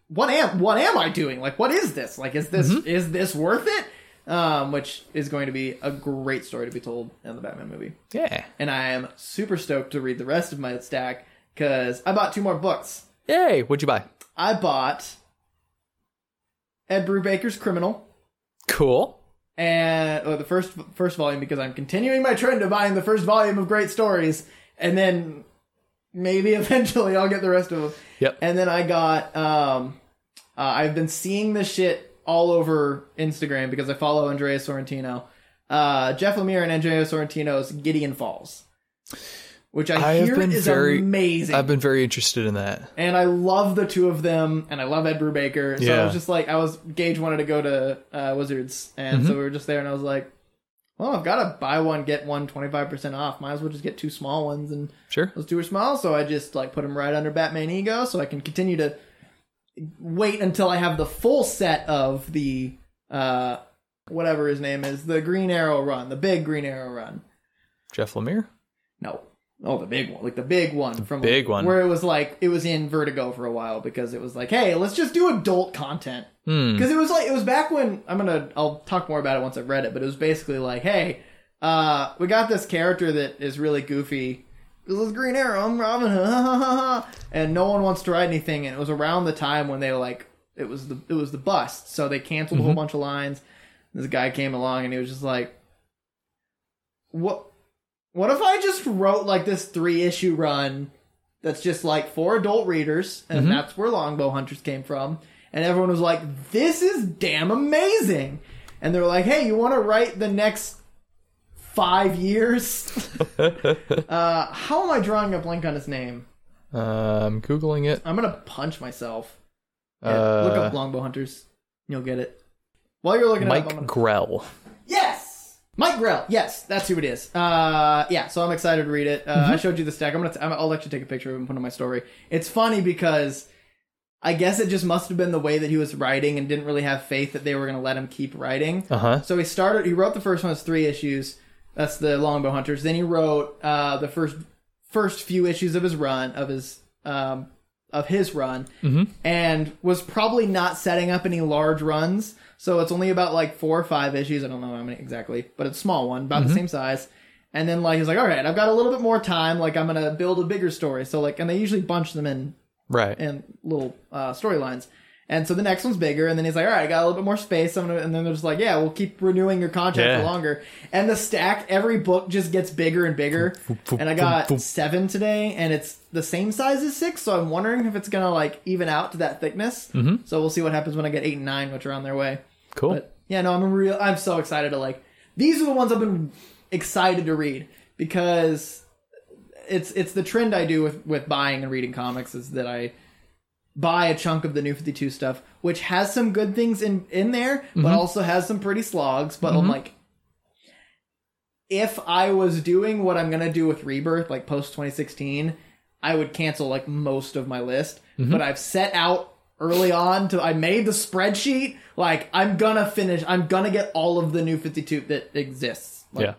A: what am what am I doing like what is this like is this is this worth it um, which is going to be a great story to be told in the Batman movie
B: Yeah,
A: and I am super stoked to read the rest of my stack because I bought two more books.
B: yay! What'd you buy?
A: I bought Ed Brubaker's Criminal
B: Cool.
A: and or the first first volume because I'm continuing my trend of buying the first volume of great stories, and then maybe [LAUGHS] eventually I'll get the rest of them.
B: Yep.
A: And then I got um, uh, I've been seeing this shit all over Instagram because I follow Andrea Sorrentino, uh, Jeff Lemire, and Andrea Sorrentino's Gideon Falls, which I,
B: I have
A: hear
B: been
A: is
B: very-
A: amazing.
B: I've been very interested in that.
A: and I love the two of them, and I love Ed Brubaker. So I
B: Yeah.
A: was just like, I was Gage wanted to go to uh, Wizards, and so we were just there, and I was like, well, I've got to buy one, get one 25% off. Might as well just get two small ones, and
B: Sure.
A: let's do her small. So I just like put them right under Batman Ego, so I can continue to wait until I have the full set of the uh whatever his name is, the Green Arrow run, the big Green Arrow run.
B: Jeff Lemire.
A: No. Oh, the big one, like the big one from
B: big one.
A: where it was like it was in Vertigo for a while because it was like, hey, let's just do adult content
B: Hmm.
A: because it was like it was back when I'm gonna I'll talk more about it once I've read it, but it was basically like, hey, uh, we got this character that is really goofy. This is Green Arrow. I'm Robin Hood, [LAUGHS] ha, ha, ha, ha. and no one wants to write anything. And it was around the time when they like it was the it was the bust, so they canceled a whole bunch of lines. This guy came along and he was just like, what? What if I just wrote like this three issue run that's just like for adult readers, and
B: Mm-hmm.
A: that's where Longbow Hunters came from. And everyone was like, "This is damn amazing," and they were like, "Hey, you want to write the next five years?"
B: [LAUGHS]
A: uh, how am I drawing a blank on his name?
B: Uh, I'm googling it.
A: I'm gonna punch myself. Yeah,
B: Uh,
A: look up Longbow Hunters, you'll get it. While you're looking it up, I'm
B: Mike
A: gonna...
B: Grell.
A: yes, Mike Grell, yes, that's who it is. Uh, yeah, so I'm excited to read it. Uh, I showed you the stack. I'm gonna, t- I'm- I'll actually take a picture of it and put it on my story. It's funny because I guess it just must have been the way that he was writing and didn't really have faith that they were gonna let him keep writing.
B: Uh huh.
A: So he started. He wrote the first one. It's three issues. That's the Longbow Hunters. Then he wrote uh, the first first few issues of his run of his um, of his run, and was probably not setting up any large runs. So it's only about like four or five issues. I don't know how many exactly, but it's a small one, about the same size. And then like he's like, all right, I've got a little bit more time. Like I'm gonna build a bigger story. So like, and they usually bunch them in
B: Right.
A: and little uh, storylines. And so the next one's bigger, and then he's like, "All right, I got a little bit more space." I'm gonna, and then they're just like, "Yeah, we'll keep renewing your contract
B: Yeah.
A: for longer." And the stack, every book just gets bigger and bigger.
B: foop,
A: and I
B: foop,
A: got
B: foop.
A: seven today, and it's the same size as six. So I'm wondering if it's gonna like even out to that thickness. Mm-hmm. So we'll see what happens when I get eight and nine, which are on their way.
B: cool.
A: But yeah, no, I'm real. I'm so excited to like. These are the ones I've been excited to read because it's it's the trend I do with with buying and reading comics is that I buy a chunk of the New Fifty Two stuff, which has some good things in in there, but also has some pretty slogs. But I'm like. If I was doing what I'm gonna do with Rebirth, like post 2016, I would cancel like most of my list, but I've set out early on to I made the spreadsheet like I'm gonna finish I'm gonna get all of the new 52 that exists. Like,
B: yeah.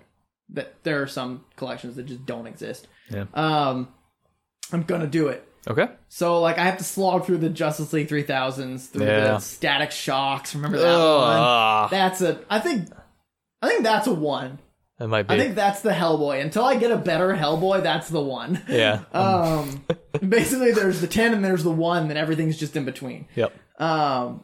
A: That there are some collections that just don't exist.
B: Yeah.
A: Um I'm gonna do it.
B: Okay.
A: So like I have to slog through the Justice League 3000s, through
B: Yeah.
A: the Static Shocks, remember that one?
B: Ugh.
A: That's a I think I think that's a one.
B: That might be.
A: I think that's the Hellboy. Until I get a better Hellboy, that's the one.
B: yeah.
A: [LAUGHS] Um, basically, there's the ten and there's the one, and everything's just in between.
B: yep.
A: Um,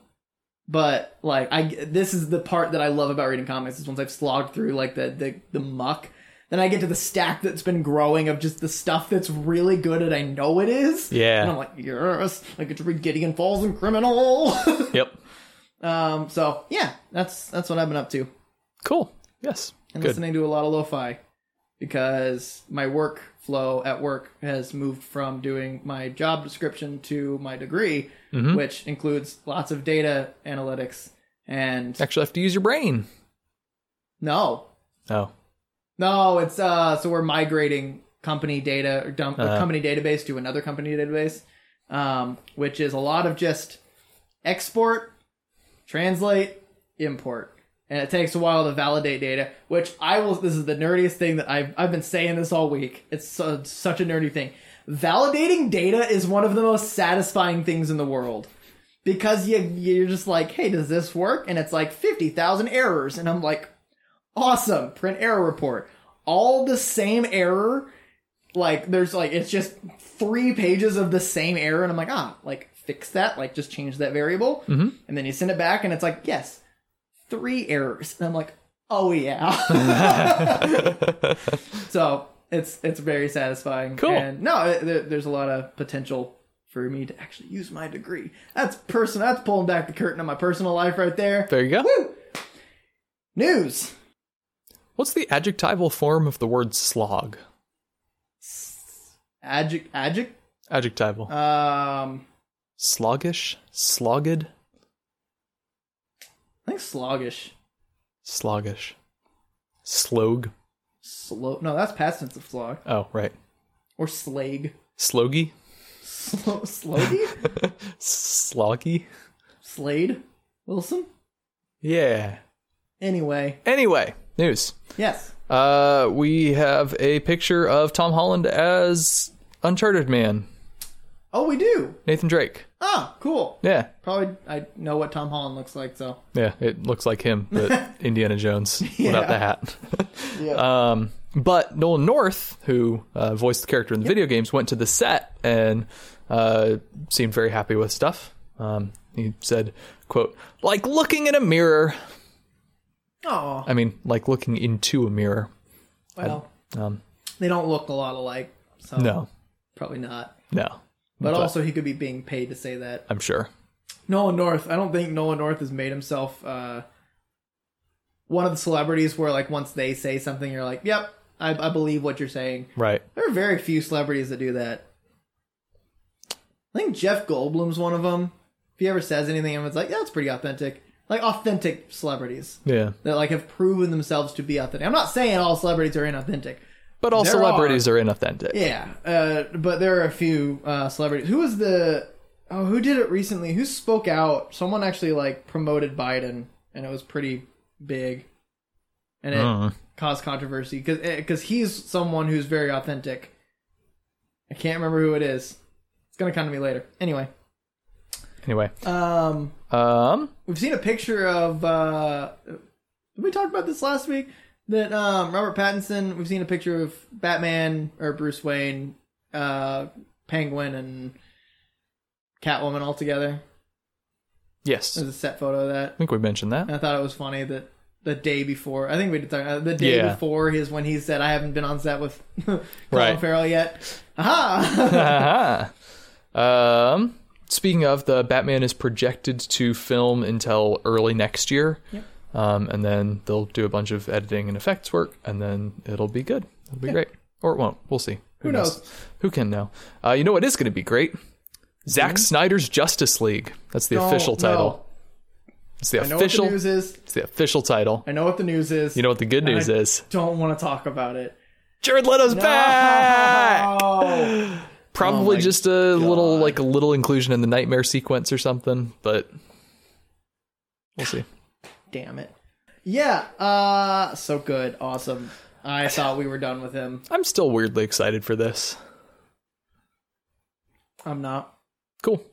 A: but like I, this is the part that I love about reading comics. Is once I've slogged through like the the the muck, then I get to the stack that's been growing of just the stuff that's really good and I know it is.
B: Yeah.
A: and I'm like, yes, I get to read Gideon Falls and Criminal. [LAUGHS]
B: Yep.
A: um, so yeah, that's that's what I've been up to
B: Cool. Yes.
A: and
B: Good.
A: listening to a lot of lo-fi because my workflow at work has moved from doing my job description to my degree,
B: Mm-hmm.
A: which includes lots of data analytics and
B: Actually, I have to use your brain.
A: no,
B: Oh.
A: no, it's uh, so we're migrating company data or dump, a
B: Uh-huh.
A: company database to another company database, um, which is a lot of just export, translate, import. And it takes a while to validate data, which I will. This is the nerdiest thing that I've, I've been saying this all week. It's so, such a nerdy thing. Validating data is one of the most satisfying things in the world because you, you're just like, hey, does this work? And it's like 50,000 errors. And I'm like, awesome print error report all the same error like there's like it's just three pages of the same error and i'm like ah like fix that like just change that variable and then you send it back and it's like yes three errors and i'm like oh yeah [LAUGHS] so it's it's very satisfying
B: Cool.
A: and no it- there, there's a lot of potential for me to actually use my degree that's personal that's pulling back the curtain on my personal life right there
B: There you go.
A: Woo! news
B: What's the adjectival form of the word slog?
A: Adject, adject,
B: Adjectival.
A: um,
B: Sloggish? Slogged?
A: I think sluggish,
B: Sloggish. Slog.
A: slow. No, that's past tense of slog
B: Oh, right.
A: or slag,
B: Slogy?
A: slow, slogy,
B: Sloggy?
A: Slade Wilson.
B: Yeah.
A: Anyway,
B: Anyway, news.
A: yes,
B: Uh, we have a picture of Tom Holland as Uncharted Man,
A: oh, we do.
B: Nathan Drake.
A: Ah, cool.
B: Yeah.
A: Probably I know what Tom Holland looks like, so
B: Yeah, it looks like him, but Indiana Jones without the hat.
A: yeah,
B: Um, but Nolan North, who uh, voiced the character in the video games, went to the set and uh, seemed very happy with stuff. Um, he said, "quote Like looking in a mirror.
A: oh,
B: I mean, like looking into a mirror.
A: well,
B: um,
A: they don't look a lot alike, so
B: No,
A: probably not.
B: no.
A: but also, he could be being paid to say that.
B: I'm sure.
A: Nolan North. I don't think Nolan North has made himself uh, one of the celebrities where, like, once they say something, you're like, "Yep, I, I believe what you're saying."
B: Right?
A: There are very few celebrities that do that. I think Jeff Goldblum's one of them. If he ever says anything, and it's like, "Yeah, it's pretty authentic." like authentic celebrities
B: Yeah.
A: that like have proven themselves to be authentic. I'm not saying all celebrities are inauthentic.
B: But all
A: There
B: celebrities are, inauthentic.
A: Yeah, uh, but there are a few uh, celebrities. Who was the? Oh, who did it recently? Who spoke out? Someone actually like promoted Biden, and it was pretty big, and it caused controversy because because he's someone who's very authentic. I can't remember who it is. It's gonna come to me later. Anyway,
B: Anyway.
A: um,
B: Um
A: we've seen a picture of. Uh, we talked about this last week that um, Robert Pattinson. We've seen a picture of Batman or Bruce Wayne, uh, Penguin, and Catwoman all together.
B: yes.
A: There's a set photo of that.
B: I think we mentioned that.
A: And I thought it was funny that the day before, I think we did talk about the day
B: Yeah.
A: before is when he said, "I haven't been on set with [LAUGHS] Colin
B: Right.
A: Farrell yet." Aha!
B: Aha. [LAUGHS] um, speaking of, the Batman is projected to film until early next year.
A: Yep.
B: Um, and then they'll do a bunch of editing and effects work, and then it'll be good. It'll be great. Or it won't. We'll see.
A: Who knows?
B: Who can know? Uh, you know what is going to be great? Zack
A: Hmm?
B: Snyder's Justice League. That's the
A: Don't
B: [LAUGHS] official
A: know.
B: title. It's the
A: I know
B: official.
A: what the news is.
B: it's the official title.
A: I know what the news is.
B: You know what the good news
A: I-
B: is?
A: don't want to talk about it.
B: Jared Leto's back.
A: Oh.
B: Probably
A: my
B: just a little like a little inclusion in the nightmare sequence or something, but we'll see.
A: Damn it. Yeah, uh so good. Awesome. I thought we were done with him.
B: I'm still weirdly excited for this.
A: I'm not.
B: Cool.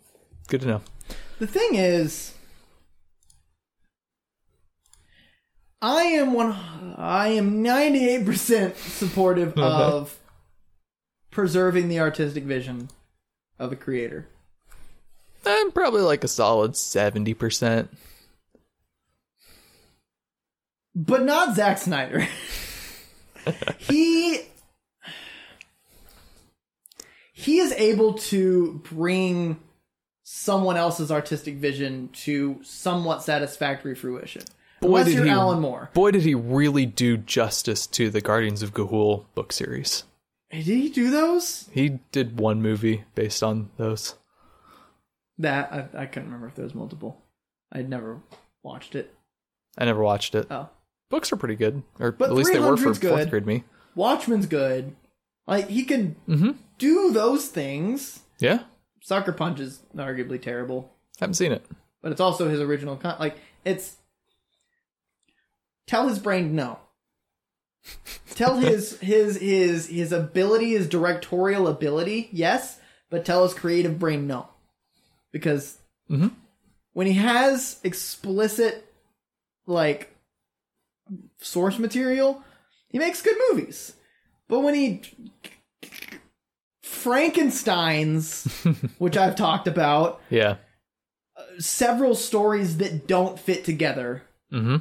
B: Good to know.
A: The thing is I am one I am 98% supportive of preserving the artistic vision of the creator.
B: I'm probably like a solid 70%.
A: but not Zack Snyder. [LAUGHS] he he is able to bring someone else's artistic vision to somewhat satisfactory fruition. Unless
B: did
A: you're
B: he-
A: Alan Moore.
B: Boy, did he really do justice to the Guardians of Gahul book series.
A: Did he do those?
B: He did one movie based on those.
A: That I, I couldn't remember if there was multiple. I'd never watched it.
B: I never watched it.
A: Oh,
B: Books are pretty good, or
A: But
B: at least they were for
A: 300's good.
B: fourth grade me.
A: Watchmen's good. Like he can
B: Mm-hmm.
A: do those things.
B: Yeah,
A: Soccer Punch is arguably terrible.
B: haven't seen it.
A: but it's also his original con- like it's tell his brain no tell his his his his ability his directorial ability yes but tell his creative brain no because
B: Mhm.
A: when he has explicit like source material he makes good movies but when he frankenstein's which i've talked about
B: Yeah.
A: several stories that don't fit together.
B: Mm-hmm.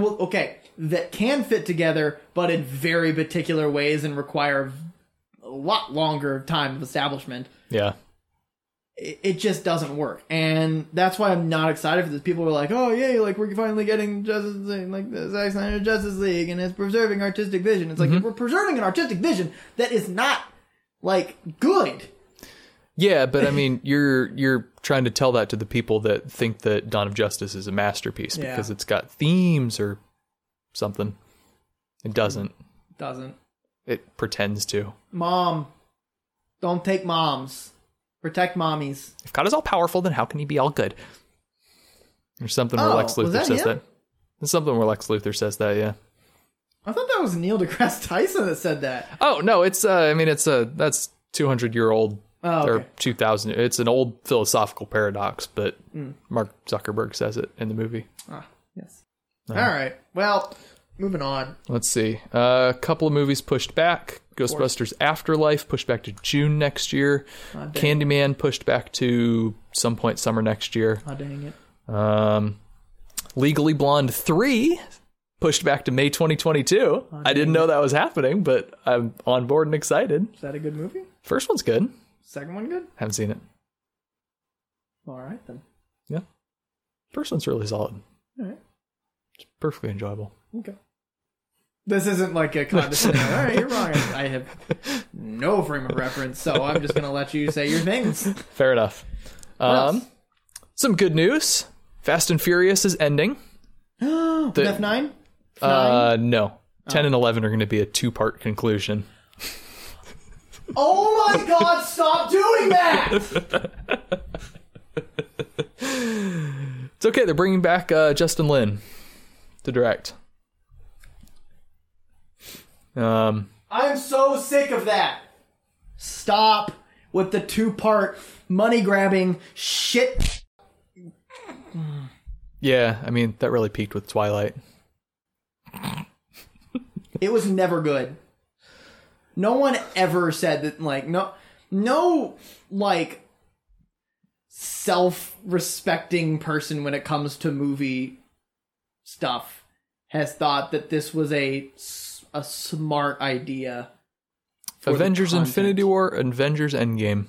A: Well, okay, that can fit together, but in very particular ways and require a lot longer time of establishment.
B: Yeah.
A: It, it just doesn't work, and that's why I'm not excited for this. People were like, "Oh, yay! Like we're finally getting Justice League, like the Zack Snyder Justice League, and it's preserving artistic vision." It's like if we're preserving an artistic vision that is not like good.
B: Yeah, but I mean, you're you're trying to tell that to the people that think that Dawn of Justice is a masterpiece
A: Yeah.
B: because it's got themes or something. It doesn't.
A: Doesn't
B: It pretends to.
A: mom? Don't take moms. Protect mommies.
B: If God is all powerful, then how can he be all good? There's something where
A: Oh,
B: Lex
A: was
B: Luthor
A: that
B: says
A: him?
B: that. There's something where Lex Luthor says that. Yeah.
A: I thought that was Neil deGrasse [LAUGHS] Tyson that said that.
B: Oh no, it's. Uh, I mean, it's a that's 200 year old
A: Oh,
B: or
A: okay.
B: 2000. It's an old philosophical paradox, but
A: Hmm.
B: Mark Zuckerberg says it in the movie.
A: Ah, yes.
B: Uh-huh.
A: All right. Well, moving on.
B: Let's see. A couple of movies pushed back. Ghostbusters Afterlife pushed back to June next year.
A: Ah, dang,
B: Candyman pushed back to some point summer next year.
A: ah, dang it.
B: Um, Legally Blonde 3 pushed back to May 2022. I didn't know that was happening, but I'm on board and excited.
A: Is that a good movie?
B: First one's good.
A: Second one good?
B: Haven't seen it.
A: All right, then.
B: Yeah. First one's really solid.
A: All right.
B: Perfectly enjoyable.
A: Okay. This isn't like
B: [LAUGHS]
A: a condescending. All right, you're wrong. I have no frame of reference, so I'm [GASPS] just going to let you say your things.
B: Fair enough.
A: else?
B: Um, some good news. Fast and Furious is ending. The-
A: F nine.
B: Uh, no. 10 and 11 are going to be a two part conclusion.
A: Oh my god! stop doing that.
B: It's okay. They're bringing back uh, Justin Lin to direct. Um,
A: I'm so sick of that. Stop with the two part money grabbing shit.
B: yeah, I mean, that really peaked with Twilight.
A: It was never good. No one ever said that. Like no, no, like self-respecting person when it comes to movie stuff has thought that this was a s- a smart idea. for the
B: Avengers
A: content.
B: Infinity War, Avengers Endgame.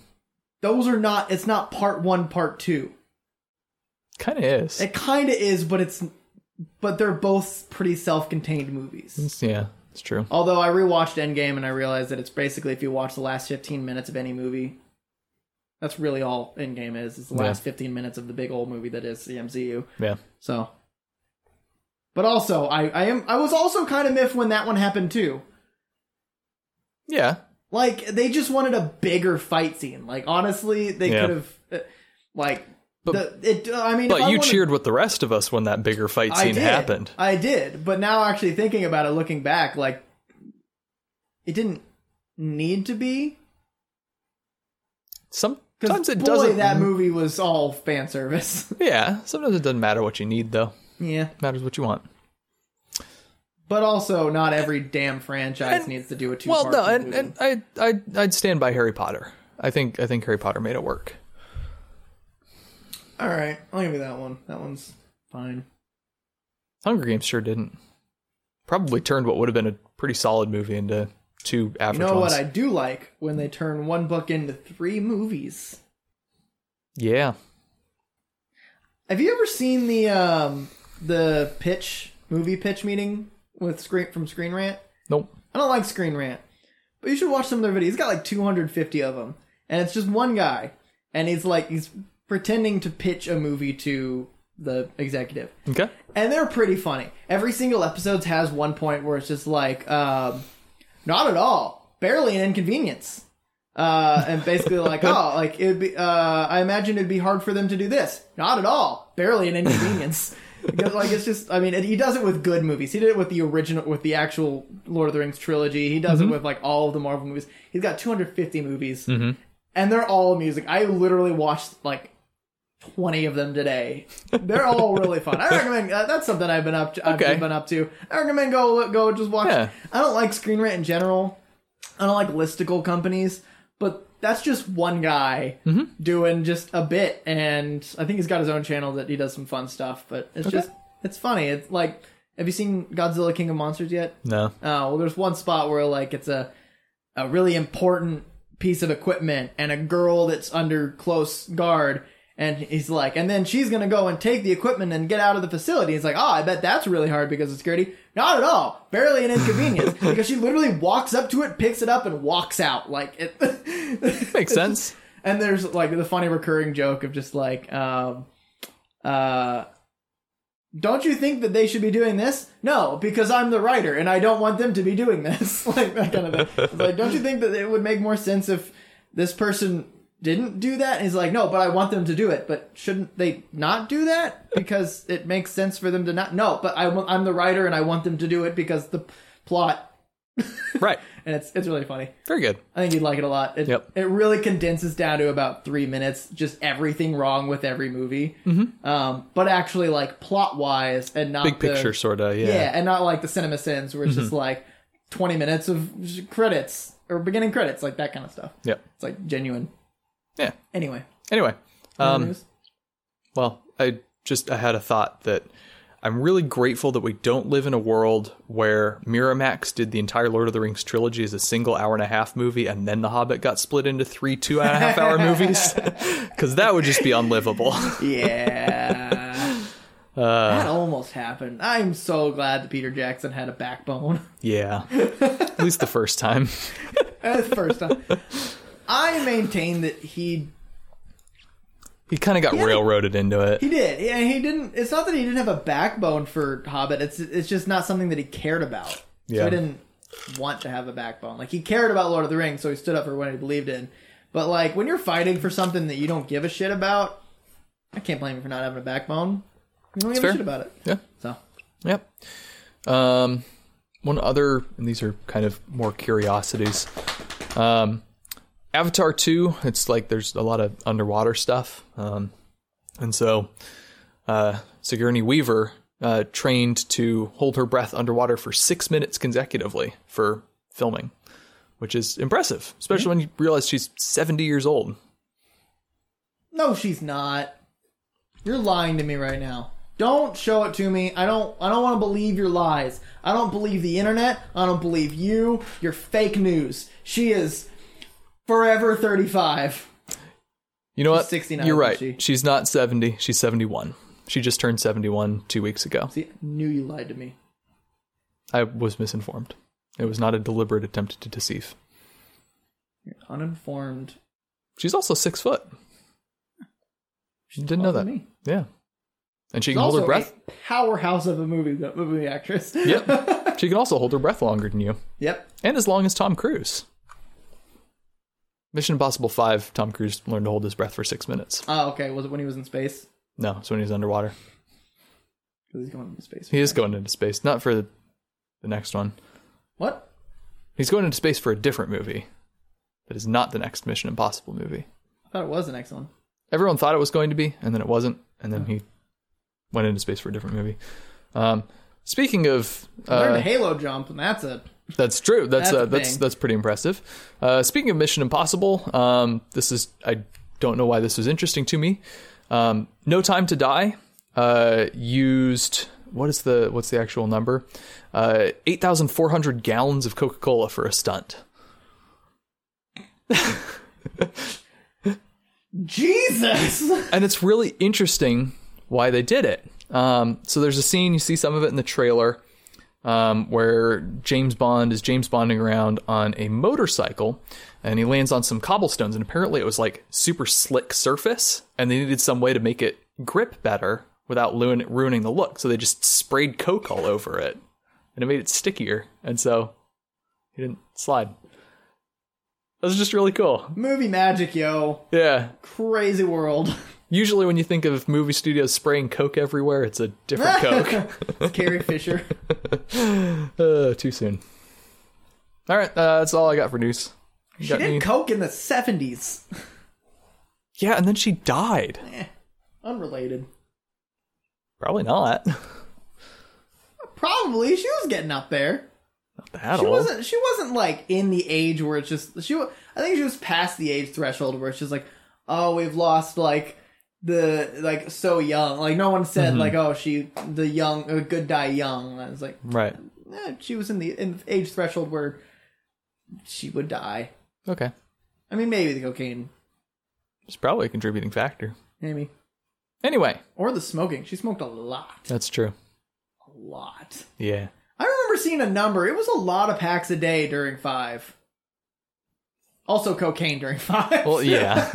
A: Those are not. It's not part one, part two.
B: Kind of is.
A: It kind of is, but it's but they're both pretty self-contained movies.
B: It's- yeah, it's true.
A: Although I rewatched Endgame and I realized that it's basically if you watch the last 15 minutes of any movie, that's really all Endgame is. It's the
B: Yeah.
A: last 15 minutes of the big old movie that is the MCU.
B: Yeah.
A: So, but also I I am I was also kind of miffed when that one happened too.
B: Yeah.
A: Like they just wanted a bigger fight scene. Like honestly, they
B: Yeah.
A: could have uh, like
B: But-
A: the, it. uh, I mean, if
B: But
A: I
B: you
A: wanted-
B: cheered with the rest of us when that bigger fight
A: I
B: scene
A: did.
B: happened.
A: I did, but now actually thinking about it, looking back, like it didn't need to be.
B: Sometimes
A: Because
B: it
A: boy,
B: doesn't.
A: that movie was all fan service. [LAUGHS]
B: yeah, sometimes it doesn't matter what you need, though.
A: yeah,
B: It matters what you want.
A: but also not every damn franchise
B: And-
A: needs to do a two.
B: Well, no, and, and I, I, I'd stand by Harry Potter. I think, I think Harry Potter made it work.
A: all right, I'll give you that one. That one's fine.
B: Hunger Games sure didn't. Probably turned what would have been a pretty solid movie into two
A: You
B: average
A: know
B: ones.
A: what I do like when they turn one book into three movies.
B: yeah,
A: Have you ever seen the um the pitch movie pitch meeting with screen from Screen Rant?
B: nope.
A: I don't like Screen Rant, but you should watch some of their videos. He's got like 250 of them, and it's just one guy, and he's like he's pretending to pitch a movie to the executive,
B: Okay.
A: and they're pretty funny. Every single episode has one point where it's just like, um, not at all, barely an inconvenience. Uh, and basically like, oh, like it'd be, uh, I imagine it'd be hard for them to do this. Not at all, barely an inconvenience. Because, like it's just, I mean, and he does it with good movies. He did it with the original, with the actual Lord of the Rings trilogy. He does it with like all of the Marvel movies. He's got 250 movies, and they're all music. I literally watched like 20 of them today. They're all really fun. I recommend uh, that's something I've been up to. I've
B: Okay.
A: been up to. I recommend go go just watch.
B: Yeah.
A: I don't like Screen Rant in general. I don't like listicle companies, but that's just one guy doing just a bit and I think he's got his own channel that he does some fun stuff, but it's just it's funny. It's like have you seen Godzilla King of Monsters yet?
B: No.
A: Oh, well, there's one spot where like it's a a really important piece of equipment and a girl that's under close guard. And he's like, and then she's gonna go and take the equipment and get out of the facility. He's like, oh, I bet that's really hard because of security. Not at all. Barely an inconvenience because she literally walks up to it, picks it up, and walks out. Like it [LAUGHS]
B: Makes sense.
A: and there's like the funny recurring joke of just like um uh don't you think that they should be doing this? No, because I'm the writer and I don't want them to be doing this. [LAUGHS] like that kind of thing. It's like, don't you think that it would make more sense if this person didn't do that? And he's like, no, but I want them to do it. But shouldn't they not do that? Because it makes sense for them to not. No, but I, want- I'm the writer and I want them to do it because the p- plot.
B: Right.
A: And it's it's really funny.
B: Very good.
A: I think you'd like it a lot. It,
B: Yep.
A: it really condenses down to about three minutes, just everything wrong with every movie. Mm-hmm. Um, but actually, like plot wise, and not
B: Big
A: the,
B: picture, sorta. Yeah. Mm-hmm.
A: Yeah. and not like the cinema sins where it's just like twenty minutes of credits or beginning credits, like that kind of stuff.
B: Yep.
A: It's like genuine.
B: Yeah.
A: Anyway,
B: Anyway, um,
A: news?
B: well, I just I had a thought that I'm really grateful that we don't live in a world where Miramax did the entire Lord of the Rings trilogy as a single hour and a half movie, and then The Hobbit got split into three two and a half
A: [LAUGHS]
B: hour movies, because that would just be unlivable. [LAUGHS]
A: yeah. [LAUGHS]
B: Uh.
A: that almost happened. I'm so glad that Peter Jackson had a backbone. [LAUGHS]
B: yeah. At least the first time. [LAUGHS]
A: That's the first time. I maintain that he
B: He kind of got
A: had a-
B: railroaded into it.
A: He did, yeah. He didn't. It's not that he didn't have a backbone for Hobbit. It's it's just not something that he cared about. So
B: Yeah.
A: he didn't want to have a backbone. Like he cared about Lord of the Rings, so he stood up for what he believed in. But like when you're fighting for something that you don't give a shit about, I can't blame him for not having a backbone. You don't give
B: fair.
A: a shit about it.
B: yeah.
A: So
B: Yep. Um, one other, and these are kind of more curiosities. Um, Avatar 2, it's like there's a lot of underwater stuff. Um, and so uh, Sigourney Weaver uh, trained to hold her breath underwater for six minutes consecutively for filming, which is impressive, especially when you realize she's 70 years old.
A: no, she's not. You're lying to me right now. Don't show it to me. I don't. I don't want to believe your lies. I don't believe the internet. I don't believe you. You're fake news. She is forever 35.
B: You know what?
A: 69,
B: You're right.
A: isn't she?
B: She's not 70, she's 71. She just turned 71 two weeks ago.
A: See, I knew you lied to me.
B: I was misinformed. It was not a deliberate attempt to deceive.
A: You're uninformed.
B: She's also six foot.
A: She
B: Didn't know that.
A: Me.
B: Yeah. And she
A: She's
B: can hold
A: also
B: her breath.
A: a powerhouse of a movie movie
B: [LAUGHS]
A: actress. [LAUGHS]
B: Yep. she can also hold her breath longer than you.
A: yep.
B: And as long as Tom Cruise. Mission Impossible 5, Tom Cruise learned to hold his breath for six minutes.
A: Oh, okay. Was it when he was in space?
B: No, it's when he's underwater.
A: 'Cause he's going into space.
B: He is going into space, not for the, the next one.
A: What?
B: He's going into space for a different movie that is not the next Mission Impossible movie.
A: I thought it was the next one.
B: everyone thought it was going to be, and then it wasn't, and then he went into space for a different movie. Um, speaking of,
A: Learned
B: uh,
A: Halo jump, and that's a
B: that's true. That's
A: That's
B: uh,
A: a
B: that's
A: thing.
B: that's pretty impressive. Uh, speaking of Mission Impossible, um, this is I don't know why this was interesting to me. Um, no Time to Die uh, used what is the what's the actual number? Uh, Eight thousand four hundred gallons of Coca Cola for a stunt.
A: Jesus. [LAUGHS]
B: and it's really interesting why they did it. Um, so there's a scene you see some of it in the trailer um, where James Bond is James Bonding around on a motorcycle, and he lands on some cobblestones, and apparently it was like super slick surface, and they needed some way to make it grip better without ruin- ruining the look, so they just sprayed coke all over it, and it made it stickier, and so he didn't slide. That was just really cool.
A: movie magic, yo.
B: Yeah,
A: Crazy world.
B: Usually, when you think of movie studios spraying coke everywhere, it's a
A: [LAUGHS]
B: different [LAUGHS] coke.
A: It's Carrie
B: [LAUGHS]
A: Fisher.
B: Uh, too soon. All right, uh, that's all I got for news. You
A: She
B: got
A: did
B: any-
A: coke in the 70s.
B: yeah, and then she died.
A: Unrelated.
B: Probably not. [LAUGHS] not
A: Probably she was getting up there.
B: that
A: She
B: old.
A: wasn't. She wasn't like in the age where it's just she. wa- I think she was past the age threshold where it's just like, oh, we've lost like the like so young. Like no one said
B: Mm-hmm.
A: like, oh, she the young uh, good die young. I was like,
B: Right.
A: eh, she was in the in the age threshold where she would die.
B: Okay.
A: I mean, maybe the cocaine,
B: It's probably a contributing factor.
A: maybe
B: Anyway,
A: or the smoking. She smoked a lot,
B: that's true.
A: a lot.
B: Yeah.
A: I remember seeing a number. It was a lot of packs a day during five. Also, cocaine during [LAUGHS] five.
B: Well, yeah.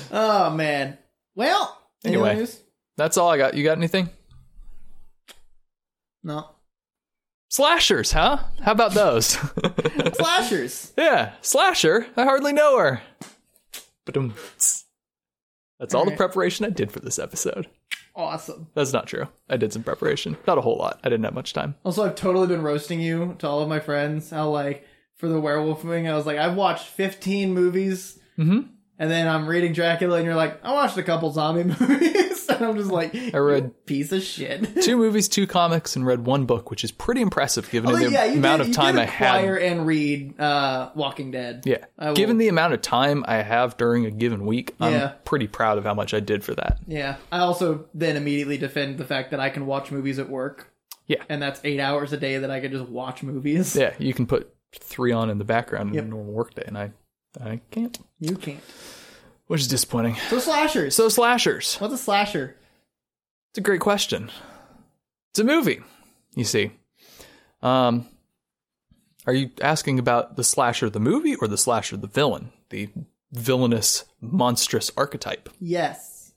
A: [LAUGHS] oh man. Well. any other
B: Anyway.
A: news?
B: that's all I got. You got anything?
A: No.
B: Slashers, huh? How about those?
A: Slashers.
B: yeah, slasher. I hardly know her. But that's all the
A: right.
B: preparation I did for this episode.
A: Awesome.
B: That's not true. I did some preparation. Not a whole lot. I didn't have much time.
A: Also, I've totally been roasting you to all of my friends. How like for the werewolf thing, I was like, I've watched 15 movies.
B: Mhm.
A: And then I'm reading Dracula, and you're like, I watched a couple zombie [LAUGHS] movies, and I'm just like, I
B: read-
A: piece of shit.
B: Two movies, two comics, and read one book, which is pretty impressive given
A: Although,
B: the
A: Oh, yeah, you
B: amount
A: did,
B: of time
A: you
B: I
A: did
B: had.
A: acquire and read uh, Walking Dead.
B: Yeah.
A: I will-
B: Given the amount of time I have during a given week,
A: Yeah.
B: I'm pretty proud of how much I did for that.
A: Yeah. I also then immediately defend the fact that I can watch movies at work.
B: Yeah.
A: And that's eight hours a day that I can just watch movies.
B: Yeah, you can put three on in the background in a normal workday, and I, I can't,
A: You can't.
B: which is disappointing.
A: So slashers.
B: So, slashers.
A: What's a slasher?
B: It's a great question. It's a movie, you see. Um, are you asking about the slasher, the movie, or the slasher, the villain, the villainous, monstrous archetype?
A: Yes.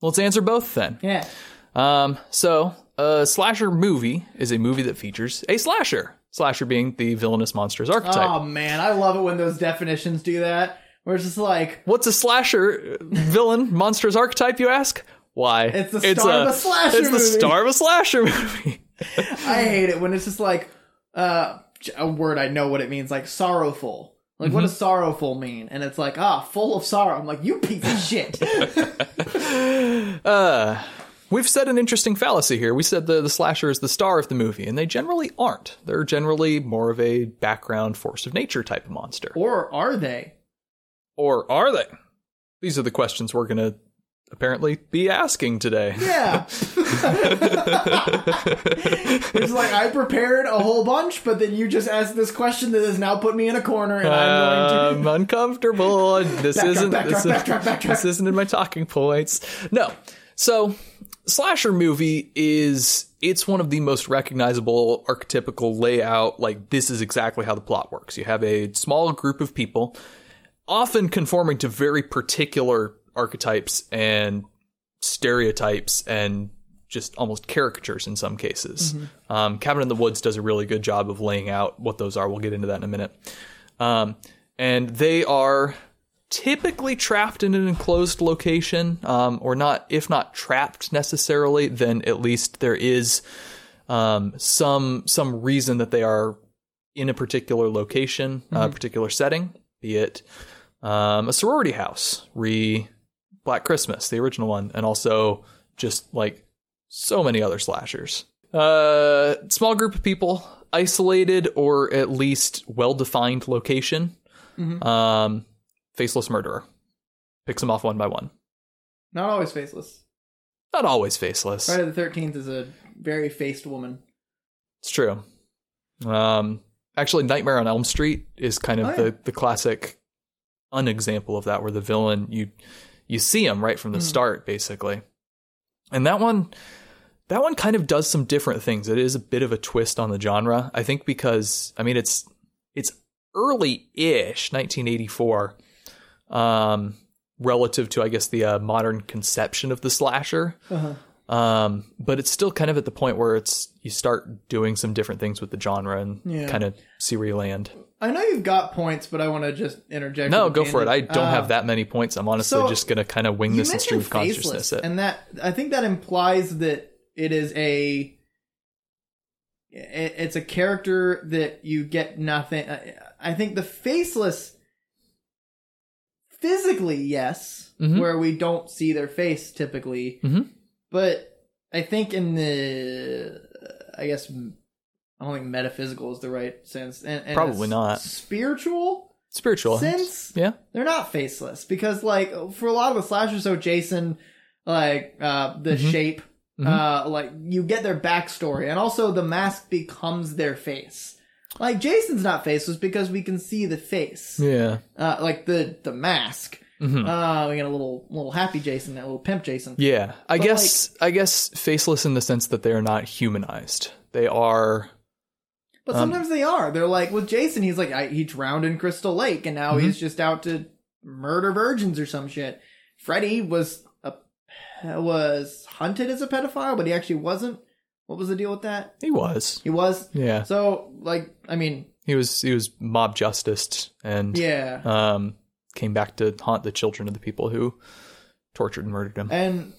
B: Let's answer both then.
A: Yeah.
B: Um, so a slasher movie is a movie that features a slasher. Slasher being the villainous monster's archetype.
A: Oh man, I love it when those definitions do that. Where it's just like
B: What's a slasher uh, villain monster's archetype? You ask. Why?
A: It's the star of a slasher
B: It's the
A: movie.
B: star of a slasher [LAUGHS] movie. [SIGHS]
A: I hate it when it's just like uh, a word I know what it means, like sorrowful. Like
B: Mm-hmm.
A: what does sorrowful mean? And it's like ah, full of sorrow. I'm like you piece of
B: [LAUGHS]
A: shit.
B: We've said an interesting fallacy here. We said the, the slasher is the star of the movie, and they generally aren't. They're generally more of a background force of nature type of monster.
A: or are they?
B: Or are they? These are the questions we're going to apparently be asking today.
A: [LAUGHS] Yeah. it's like I prepared a whole bunch, but then you just asked this question that has now put me in a corner, and I'm going to.
B: I'm Um, uncomfortable. This
A: Backtrack,
B: isn't
A: backtrack,
B: this,
A: backtrack, backtrack.
B: this isn't in my talking points. No. So, slasher movie is it's one of the most recognizable archetypical layout. Like this is exactly how the plot works. You have a small group of people, often conforming to very particular archetypes and stereotypes and just almost caricatures in some cases. Um, Cabin in the Woods does a really good job of laying out what those are. We'll get into that in a minute. Um, and they are typically trapped in an enclosed location, um, or not, if not trapped necessarily, then at least there is um, some some reason that they are in a particular location, a particular setting, be it um, a sorority house, re Black Christmas, the original one, and also just like so many other slashers. Uh, small group of people, isolated or at least well defined location. Um, faceless murderer picks them off one by one.
A: Not always faceless.
B: Not always faceless.
A: Friday the Thirteenth is a very faced woman.
B: It's true. Um, actually, Nightmare on Elm Street is kind of
A: Oh, yeah.
B: the, the classic unexample of that, where the villain you you see him right from
A: Hmm.
B: the start, basically. And that one, that one kind of does some different things. It is a bit of a twist on the genre, I think, because I mean it's it's early ish, 1984, um, relative to I guess the uh, modern conception of the slasher
A: Uh-huh.
B: um, but it's still kind of at the point where it's you start doing some different things with the genre and
A: Yeah.
B: kind of see where you land.
A: I know you've got points, but I want to just interject.
B: No,
A: with a
B: go for it. I
A: tangent.
B: don't
A: Uh,
B: have that many points. I'm honestly
A: so,
B: just gonna kind of wing
A: You
B: this and stream
A: mentioned
B: of consciousness.
A: faceless, and that I think that implies that it is a it- it's a character that you get nothing. I I think the faceless physically, yes,
B: Mhm.
A: where we don't see their face typically,
B: Mhm.
A: but I think in the I guess I don't think metaphysical is the right sense. And, and
B: Probably
A: it's
B: not.
A: spiritual
B: Spiritual
A: sense
B: yeah,
A: they're not faceless because like for a lot of the slashers so jason like uh the
B: Mhm.
A: shape uh like you get their backstory and also the mask becomes their face like jason's not faceless because we can see the face
B: yeah.
A: uh like the the mask
B: Mhm.
A: uh we get a little little happy jason that little pimp jason
B: Yeah, I
A: But,
B: guess I guess faceless in the sense that they are not humanized. They are
A: but
B: um,
A: sometimes they are they're like with jason he's like I, he drowned in crystal lake and now
B: Mm-hmm.
A: he's just out to murder virgins or some shit freddy was a was hunted as a pedophile but he actually wasn't what was the deal with that
B: he was
A: he was
B: yeah
A: so like i mean
B: he was he was mob justiced and
A: yeah
B: um came back to haunt the children of the people who tortured and murdered him.
A: and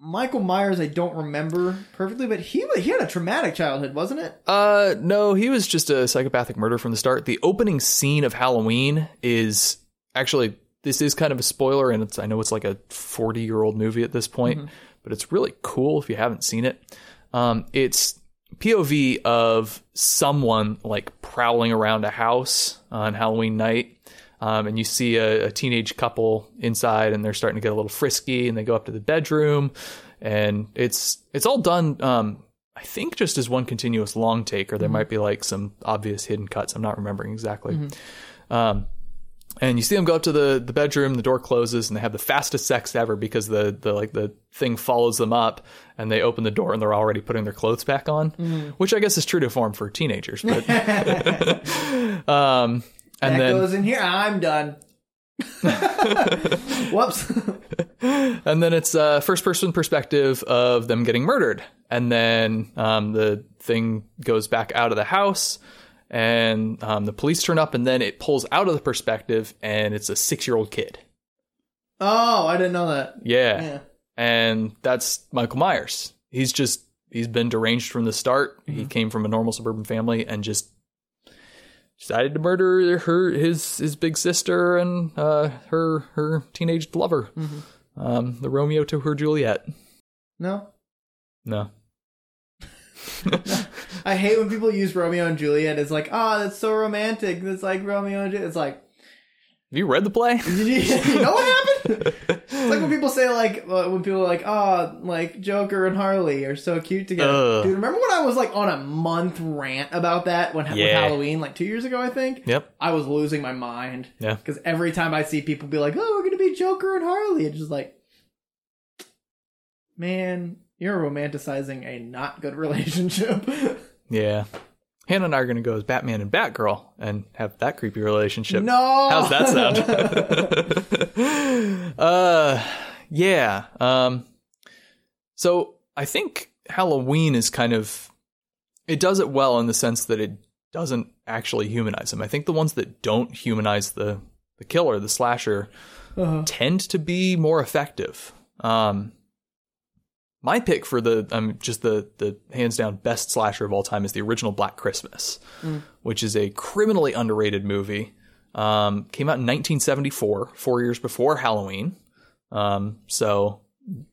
A: michael myers i don't remember perfectly but he wa- he had a traumatic childhood wasn't it
B: Uh, no, he was just a psychopathic murderer from the start. The opening scene of Halloween is actually this is kind of a spoiler, and it's I know it's like a forty year old movie at this point, but it's really cool if you haven't seen it. Um, it's POV of someone like prowling around a house on Halloween night. Um, and you see a, a teenage couple inside, and they're starting to get a little frisky, and they go up to the bedroom, and it's it's all done. Um, I think just as one continuous long take, or there might be like some obvious hidden cuts. I'm not remembering exactly. Um, and you see them go up to the, the bedroom, the door closes, and they have the fastest sex ever because the, the like the thing follows them up, and they open the door and they're already putting their clothes back on, which I guess is true to form for teenagers. But [LAUGHS] um, and
A: that
B: then [LAUGHS]
A: goes in here i'm done [LAUGHS] Whoops. [LAUGHS]
B: And then it's uh, first person perspective of them getting murdered. And then um, the thing goes back out of the house and um, the police turn up and then it pulls out of the perspective and it's a six year old kid.
A: oh, I didn't know that.
B: Yeah.
A: Yeah.
B: And that's Michael Myers. He's just, he's been deranged from the start. He came from a normal suburban family and just decided to murder her, his, his big sister and uh, her, her teenage lover. Um, the Romeo to her Juliet.
A: No.
B: No.
A: I hate when people use Romeo and Juliet. It's like, ah, that's so romantic. It's like Romeo and Juliet. It's like, [LAUGHS]
B: Have you read the play?
A: Did you, you know what happened? It's like when people say like uh, when people are like oh like Joker and Harley are so cute together.
B: Ugh.
A: Dude, remember when I was like on a month rant about that when with
B: Yeah.
A: Halloween like two years ago I think.
B: Yep.
A: I was losing my mind.
B: Yeah.
A: Because every time I see people be like, oh, we're gonna be Joker and Harley, it's just like, man, you're romanticizing a not good [LAUGHS] relationship.
B: Yeah. Hannah and I are going to go as Batman and Batgirl and have that creepy relationship.
A: no.
B: How's that
A: [LAUGHS]
B: sound? uh, yeah. Um, so I think Halloween is kind of it does it well in the sense that it doesn't actually humanize them. I think the ones that don't humanize the the killer, the slasher, tend to be more effective. Um, my pick for the um, just the the hands down best slasher of all time is the original Black Christmas, which is a criminally underrated movie. Um, came out in 1974, four years before Halloween. Um, so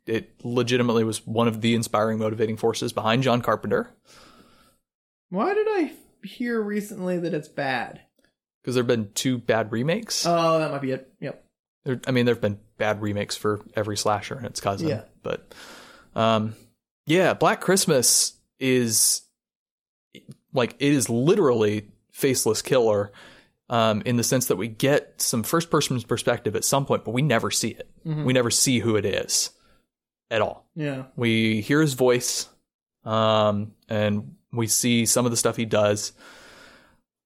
B: it legitimately was one of the inspiring motivating forces behind John Carpenter
A: Why did I hear recently that it's bad?
B: because there have been two bad remakes.
A: Oh, that might be it. Yep.
B: There, I mean, there have been bad remakes for every slasher and its cousin.
A: Yeah.
B: But um, yeah, Black Christmas is like it is literally faceless killer um, in the sense that we get some first person perspective at some point, but we never see it.
A: Hmm.
B: We never see who it is at all.
A: Mm-hmm. Yeah.
B: We hear his voice, um, and we see some of the stuff he does.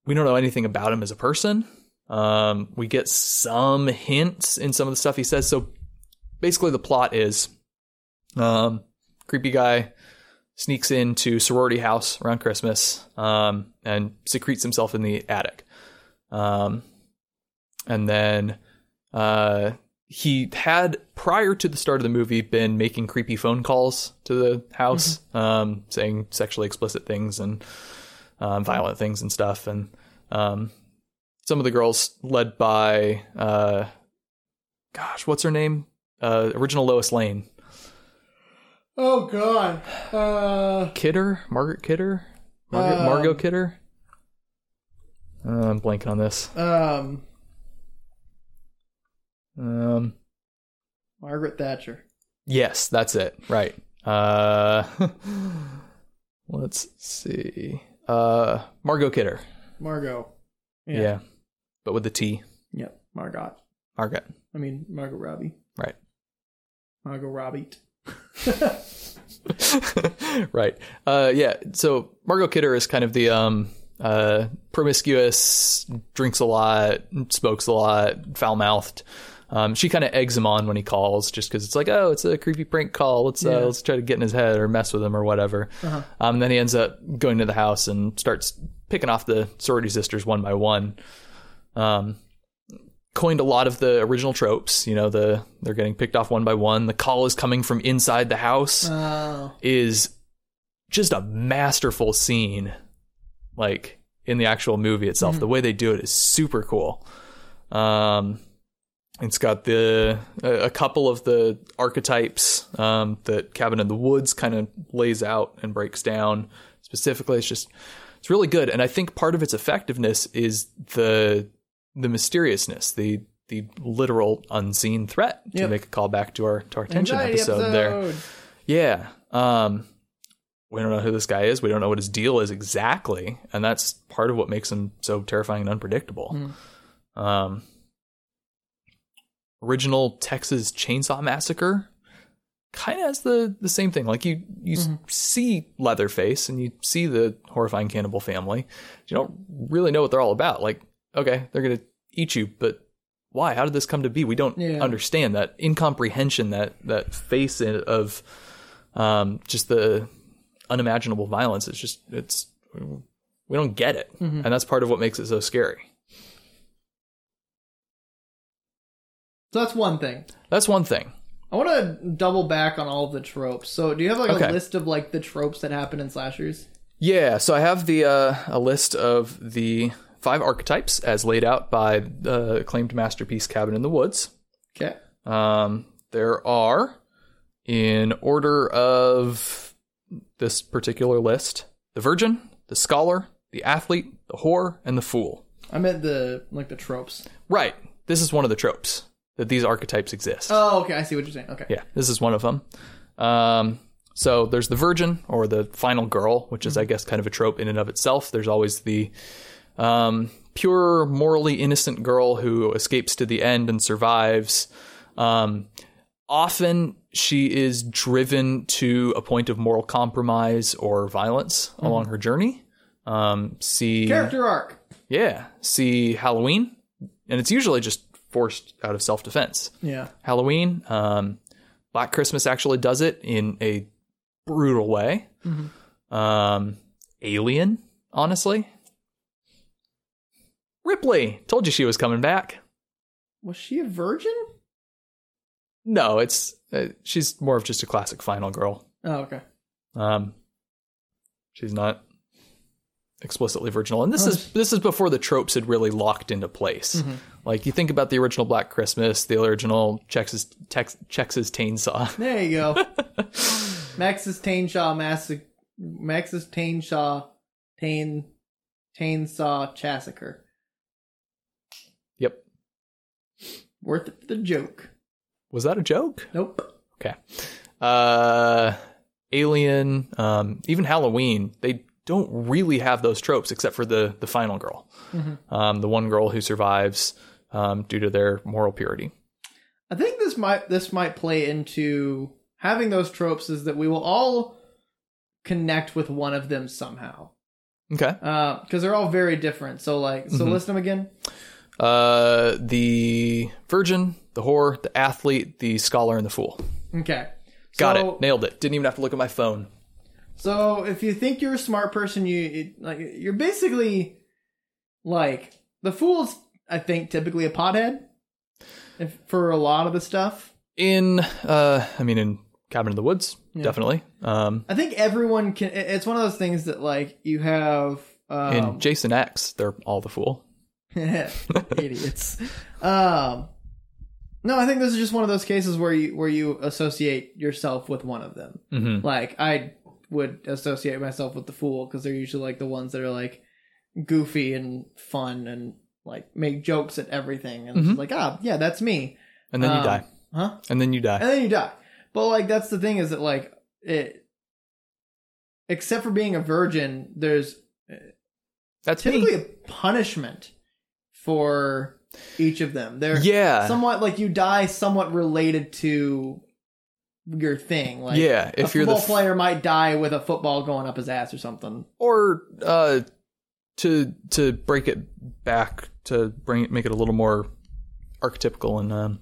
B: We don't know anything about him as a person. Um, we get some hints in some of the stuff he says. So basically, the plot is um, creepy guy sneaks into sorority house around Christmas um, and secretes himself in the attic. Um, and then uh, he had prior to the start of the movie been making creepy phone calls to the house, um, saying sexually explicit things and um, violent things and stuff. And um, some of the girls, led by, uh, gosh, what's her name? Uh, original Lois Lane,
A: Oh god. Uh
B: Kidder, Margaret Kidder, Margaret,
A: Um,
B: Margot Kidder. Uh, I'm blanking on this.
A: um
B: Um,
A: Margaret Thatcher.
B: Yes, that's it. Right. Uh, [LAUGHS] let's see. Uh, Margot Kidder.
A: Margot.
B: Yeah. But with the T,
A: Yep. Margot.
B: Margot.
A: I mean Margot Robbie.
B: Right.
A: Margot
B: [LAUGHS]
A: Robbie.
B: [LAUGHS]
A: Uh-huh.
B: right. Uh, yeah. So Margot Kidder is kind of the um, uh, promiscuous, drinks a lot, smokes a lot, foul mouthed. Um, she kind of eggs him on when he calls, just because it's like, oh, it's a creepy prank call. Let's
A: Yeah.
B: uh, let's try to get in his head or mess with him or whatever. Um, then he ends up going to the house and starts picking off the sorority sisters one by one. Um, coined a lot of the original tropes. You know, the they're getting picked off one by one. The call is coming from inside the house
A: Oh.
B: is just a masterful scene like in the actual movie itself
A: Mm-hmm.
B: the way they do it is super cool um it's got the a, a couple of the archetypes um that cabin in the woods kind of lays out and breaks down specifically it's just it's really good and i think part of its effectiveness is the the mysteriousness the the literal unseen threat to
A: Yep.
B: make a call back to our to our tension
A: Uh, Anxiety
B: episode there yeah. Um, we don't know who this guy is. We don't know what his deal is exactly, and that's part of what makes him so terrifying and unpredictable. Um, original Texas Chainsaw Massacre kind of has the the same thing. Like you you s- see Leatherface and you see the horrifying cannibal family. You don't really know what they're all about. Like, okay, they're gonna eat you, but why? How did this come to be? We don't
A: Yeah.
B: understand that incomprehension, that that face in, of um, just the unimaginable violence. It's just it's we don't get it, and that's part of what makes it so scary.
A: So that's one thing.
B: That's one thing.
A: I want to double back on all the tropes. So do you have like
B: Okay.
A: a list of like the tropes that happen in slashers?
B: Yeah, so I have the uh, a list of the five archetypes as laid out by the acclaimed masterpiece Cabin in the Woods.
A: Okay.
B: Um, there are, in order of this particular list, the virgin, the scholar, the athlete, the whore, and the fool.
A: I meant the like the tropes.
B: Right. This is one of the tropes that these archetypes exist.
A: Oh, okay. I see what you're saying. Okay.
B: Yeah, this is one of them. Um, so there's the virgin or the final girl, which is, I guess, kind of a trope in and of itself. There's always the um, pure, morally innocent girl who escapes to the end and survives. Um, often she is driven to a point of moral compromise or violence along her journey. Um, see,
A: Character arc.
B: yeah, see Halloween, and it's usually just forced out of self defense.
A: Yeah.
B: Halloween. Um, Black Christmas actually does it in a brutal way. Um, Alien, honestly. Ripley told you she was coming back.
A: Was she a virgin?
B: No, it's uh, she's more of just a classic final girl.
A: Oh, okay.
B: Um, she's not explicitly virginal, and this is this is before the tropes had really locked into place.
A: Mm-hmm.
B: Like you think about the original Black Christmas, the original Chex's Tex, Chex's Chainsaw. [LAUGHS]
A: There you go. Max's Tainshaw Massic Max's Tainshaw Tain Tainsaw Chassaker.
B: yep,
A: Worth it for the joke.
B: was that a joke?
A: Nope.
B: Okay. Uh Alien, um, even Halloween, they don't really have those tropes except for the the final girl.
A: Mm-hmm.
B: Um, the one girl who survives um, due to their moral purity.
A: I think this might this might play into having those tropes is that we will all connect with one of them somehow
B: Okay.
A: because they're all very different. So like, so list them again.
B: Uh the virgin, the whore, the athlete, the scholar, and the fool.
A: Okay.
B: Got
A: So-
B: it. Nailed it. Didn't even have to look at my phone.
A: So if you think you're a smart person, you it, like you're basically like the fool's. I think typically a pothead if, for a lot of the stuff.
B: In uh I mean in Cabin in the Woods, definitely. Um
A: I think everyone can. it- It's one of those things that like you have.
B: in
A: Um,
B: Jason X, they're all the fool.
A: [LAUGHS] idiots. Um, no, I think this is just one of those cases where you where you associate yourself with one of them.
B: Mm-hmm.
A: Like I would associate myself with the fool because they're usually like the ones that are like goofy and fun and like make jokes at everything and it's
B: Mm-hmm.
A: just like ah yeah that's me
B: And then you
A: Um,
B: die.
A: huh? Uh,
B: And then you die.
A: and then you die. But like that's the thing is that like it, except for being a virgin, there's
B: That's me.
A: typically a punishment for each of them. They're
B: Yeah.
A: somewhat like you die somewhat related to your thing. Like
B: yeah,
A: a
B: if you're the
A: football
B: f-
A: player might die with a football going up his ass or something.
B: or uh, to to break it back to bring it, make it a little more archetypical, and um,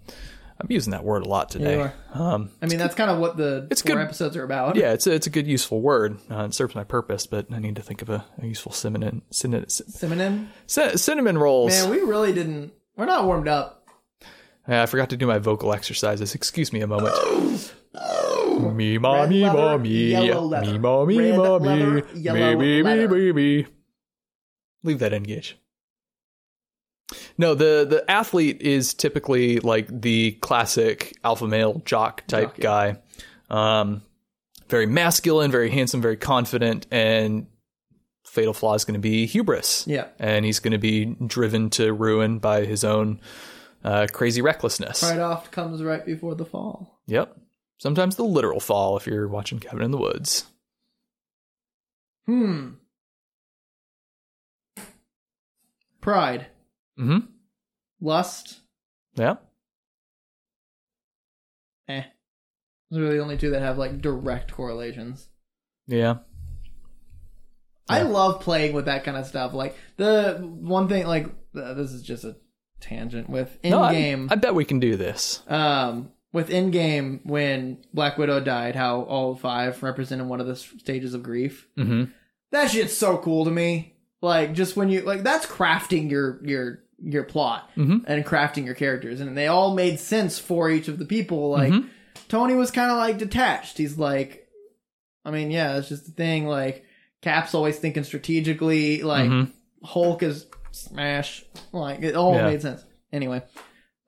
B: I'm using that word a lot today.
A: you
B: um,
A: I mean, that's kind of what the
B: It's
A: four
B: good-
A: episodes are about.
B: yeah, it's a, it's a good useful word. Uh, it serves my purpose, but I need to think of a, a useful cinnamon cinnamon,
A: Simonin.
B: c- cinnamon rolls.
A: Man, we really didn't. We're not warmed up.
B: Yeah, I forgot to do my vocal exercises. Excuse me a moment. Me ma
A: Red
B: me ma
A: leather,
B: me
A: yellow leather.
B: me ma me
A: Red
B: ma me
A: leather,
B: me
A: yellow
B: me me
A: leather.
B: me me. Leave that engage. No, the the athlete is typically like the classic alpha male jock type
A: Jock,
B: guy. Um, very masculine, very handsome, very confident, and fatal flaw is going to be hubris
A: Yeah.
B: and he's going to be driven to ruin by his own uh, crazy recklessness.
A: Right off comes right before the fall.
B: Yep. Sometimes the literal fall if you're watching Cabin in the Woods.
A: Hmm. Pride,
B: hmm
A: lust.
B: Yeah.
A: Eh. Those are the only two that have like direct correlations.
B: Yeah.
A: I love playing with that kind of stuff. Like the one thing, like uh, this is just a tangent with in
B: No, I-
A: game.
B: I, bet we can do this.
A: um, with in game when Black Widow died, how all five represented one of the s- stages of grief.
B: Mhm.
A: That shit's so cool to me. Like just when you like that's crafting your your your plot
B: Mhm.
A: and crafting your characters, and they all made sense for each of the people. Like
B: Mm-hmm.
A: Tony was kind of like detached. He's like, I mean, yeah, it's just the thing. Like Cap's always thinking strategically. Like
B: Mhm.
A: Hulk is smash. Like it all
B: Yeah.
A: made sense. Anyway,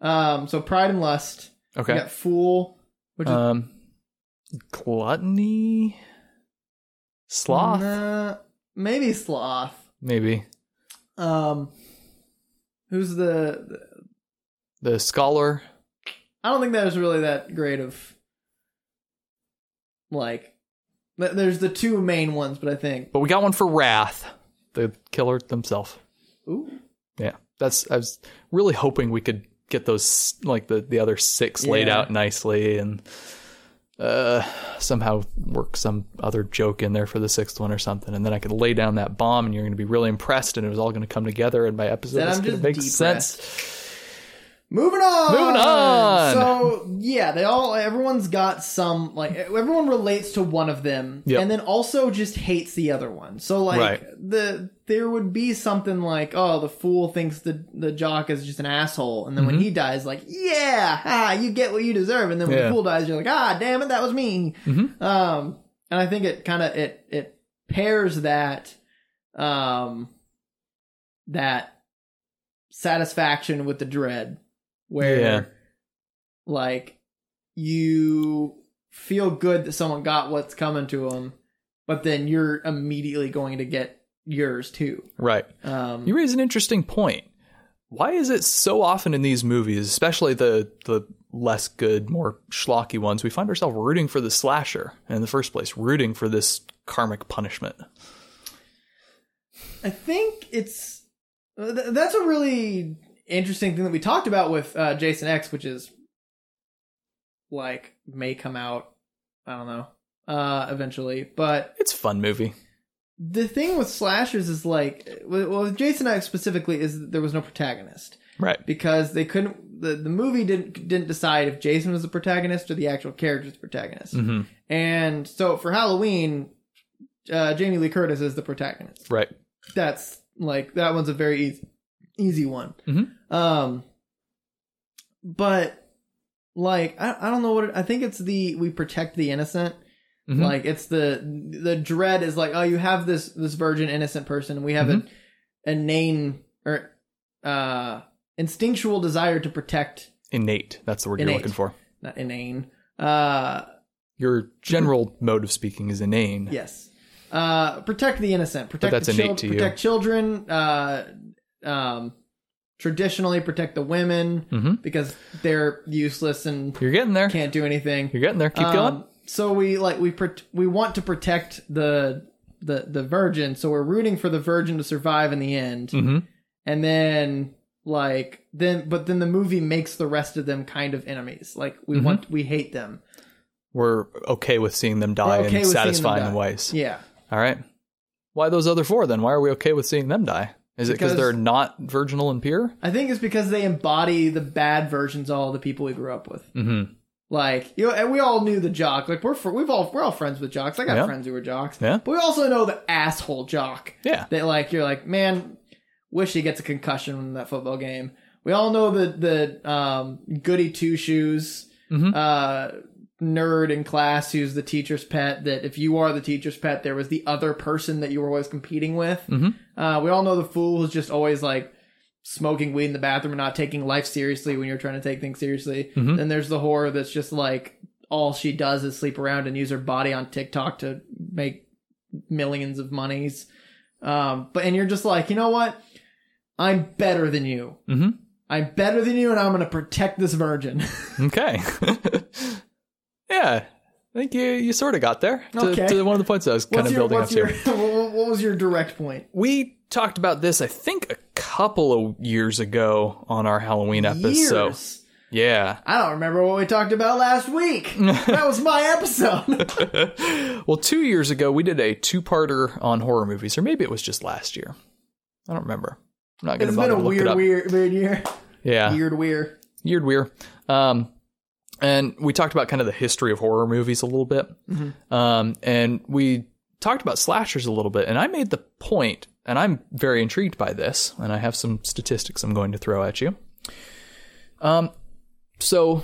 A: um, so pride and lust.
B: Okay.
A: You got Fool, which is
B: Um, gluttony, sloth,
A: Nah, maybe Sloth.
B: maybe
A: Um, who's the?
B: the scholar.
A: I don't think that was really that great of. Like, th- there's the two main ones, but I think
B: But we got one for Wrath, the killer himself.
A: ooh,
B: Yeah, that's. I was really hoping we could get those like the the other six laid
A: Yeah.
B: out nicely and uh somehow work some other joke in there for the sixth one or something and then i could lay down that bomb and you're going to be really impressed and it was all going to come together and my episode
A: Then
B: was
A: I'm
B: going to
A: just
B: make
A: depressed.
B: sense
A: Moving on.
B: Moving on.
A: So yeah, they all everyone's got some like everyone relates to one of them,
B: Yep.
A: and then also just hates the other one. So like
B: Right.
A: the there would be something like oh the fool thinks the the jock is just an asshole, and then
B: Mm-hmm.
A: when he dies like yeah ah, you get what you deserve, and then when
B: Yeah. Mm-hmm.
A: the fool dies you're like ah damn it that was me. Um, and I think it kind of it it pairs that um that satisfaction with the dread where
B: Yeah.
A: like you feel good that someone got what's coming to them but then you're immediately going to get yours too
B: right
A: um
B: You raise an interesting point. Why is it so often in these movies, especially the the less good, more schlocky ones, we find ourselves rooting for the slasher in the first place, rooting for this karmic punishment?
A: i think it's th- that's a really interesting thing that we talked about with uh jason x which is like may come out i don't know uh eventually but
B: It's a fun movie.
A: the thing with slashers is like with- well with jason x specifically is that there was no protagonist
B: Right.
A: because they couldn't the, the movie didn't didn't decide if jason was the protagonist or the actual character's the protagonist
B: hmm
A: and so for halloween uh, jamie lee curtis is the protagonist
B: Right.
A: that's like that one's a very easy, easy one
B: Mhm.
A: um but like I, I don't know what it, i think it's the we protect the innocent
B: Mhm.
A: like it's the the dread is like oh you have this this virgin innocent person and we have an inane or uh instinctual desire to protect
B: Innate. That's the word you're
A: Innate.
B: looking for.
A: not inane uh
B: Your general
A: Mm-hmm.
B: mode of speaking is inane.
A: yes uh protect the innocent protect
B: that's
A: the
B: innate
A: chil-
B: to you.
A: protect children uh um traditionally protect the women
B: Mhm.
A: because they're useless and
B: You're getting there.
A: can't do anything
B: You're getting there. Keep going.
A: Um, So we like we pro- we want to protect the the the virgin, so we're rooting for the virgin to survive in the end.
B: Mhm.
A: And then like then but then the movie makes the rest of them kind of enemies. Like we
B: Mm-hmm.
A: want we hate them.
B: We're okay with seeing them
A: We're
B: die
A: okay with seeing
B: in
A: them
B: satisfying
A: die.
B: ways.
A: Yeah.
B: All right. Why those other four then? Why are we okay with seeing them die? Is it because
A: Because-
B: they're not virginal and pure?
A: I think it's because they embody the bad versions of all the people we grew up with.
B: Mm-hmm.
A: Like you know, and we all knew the jock. Like we're fr- we've all we're all friends with jocks. I got
B: Yeah.
A: friends who were jocks.
B: Yeah.
A: But we also know the asshole jock.
B: Yeah.
A: that like you're like man wish he gets a concussion in that football game we all know the the um goody two shoes
B: Mhm.
A: uh nerd in class who's the teacher's pet that if you are the teacher's pet there was the other person that you were always competing with
B: Mhm.
A: uh we all know the fool who's just always like smoking weed in the bathroom and not taking life seriously when you're trying to take things seriously
B: Mhm.
A: then there's the horror that's just like all she does is sleep around and use her body on tiktok to make millions of monies um, but and you're just like, you know what? I'm better than you.
B: Mm-hmm.
A: I'm better than you, and I'm gonna protect this virgin. [LAUGHS]
B: Okay. [LAUGHS] yeah. I think you, you sort of got there to,
A: Okay.
B: to one of the points I was kind
A: what's
B: of
A: your,
B: building up
A: what's
B: to.
A: your [LAUGHS] what what was your direct point?
B: We talked about this, I think, a couple of years ago on our Halloween episode.
A: Years.
B: Yeah.
A: I don't remember what we talked about last week.
B: [LAUGHS]
A: that was my episode.
B: Well, two years ago, we did a two parter on horror movies, or maybe it was just last year. I don't remember. I'm not going
A: it's
B: to
A: been
B: bother
A: a
B: to look it
A: weird,
B: up.
A: weird, weird year.
B: Yeah.
A: Weird, weird.
B: Weird, weird. Um, and we talked about kind of the history of horror movies a little bit. Um, and we talked about slashers a little bit. And I made the point, and I'm very intrigued by this, and I have some statistics I'm going to throw at you. Um, so,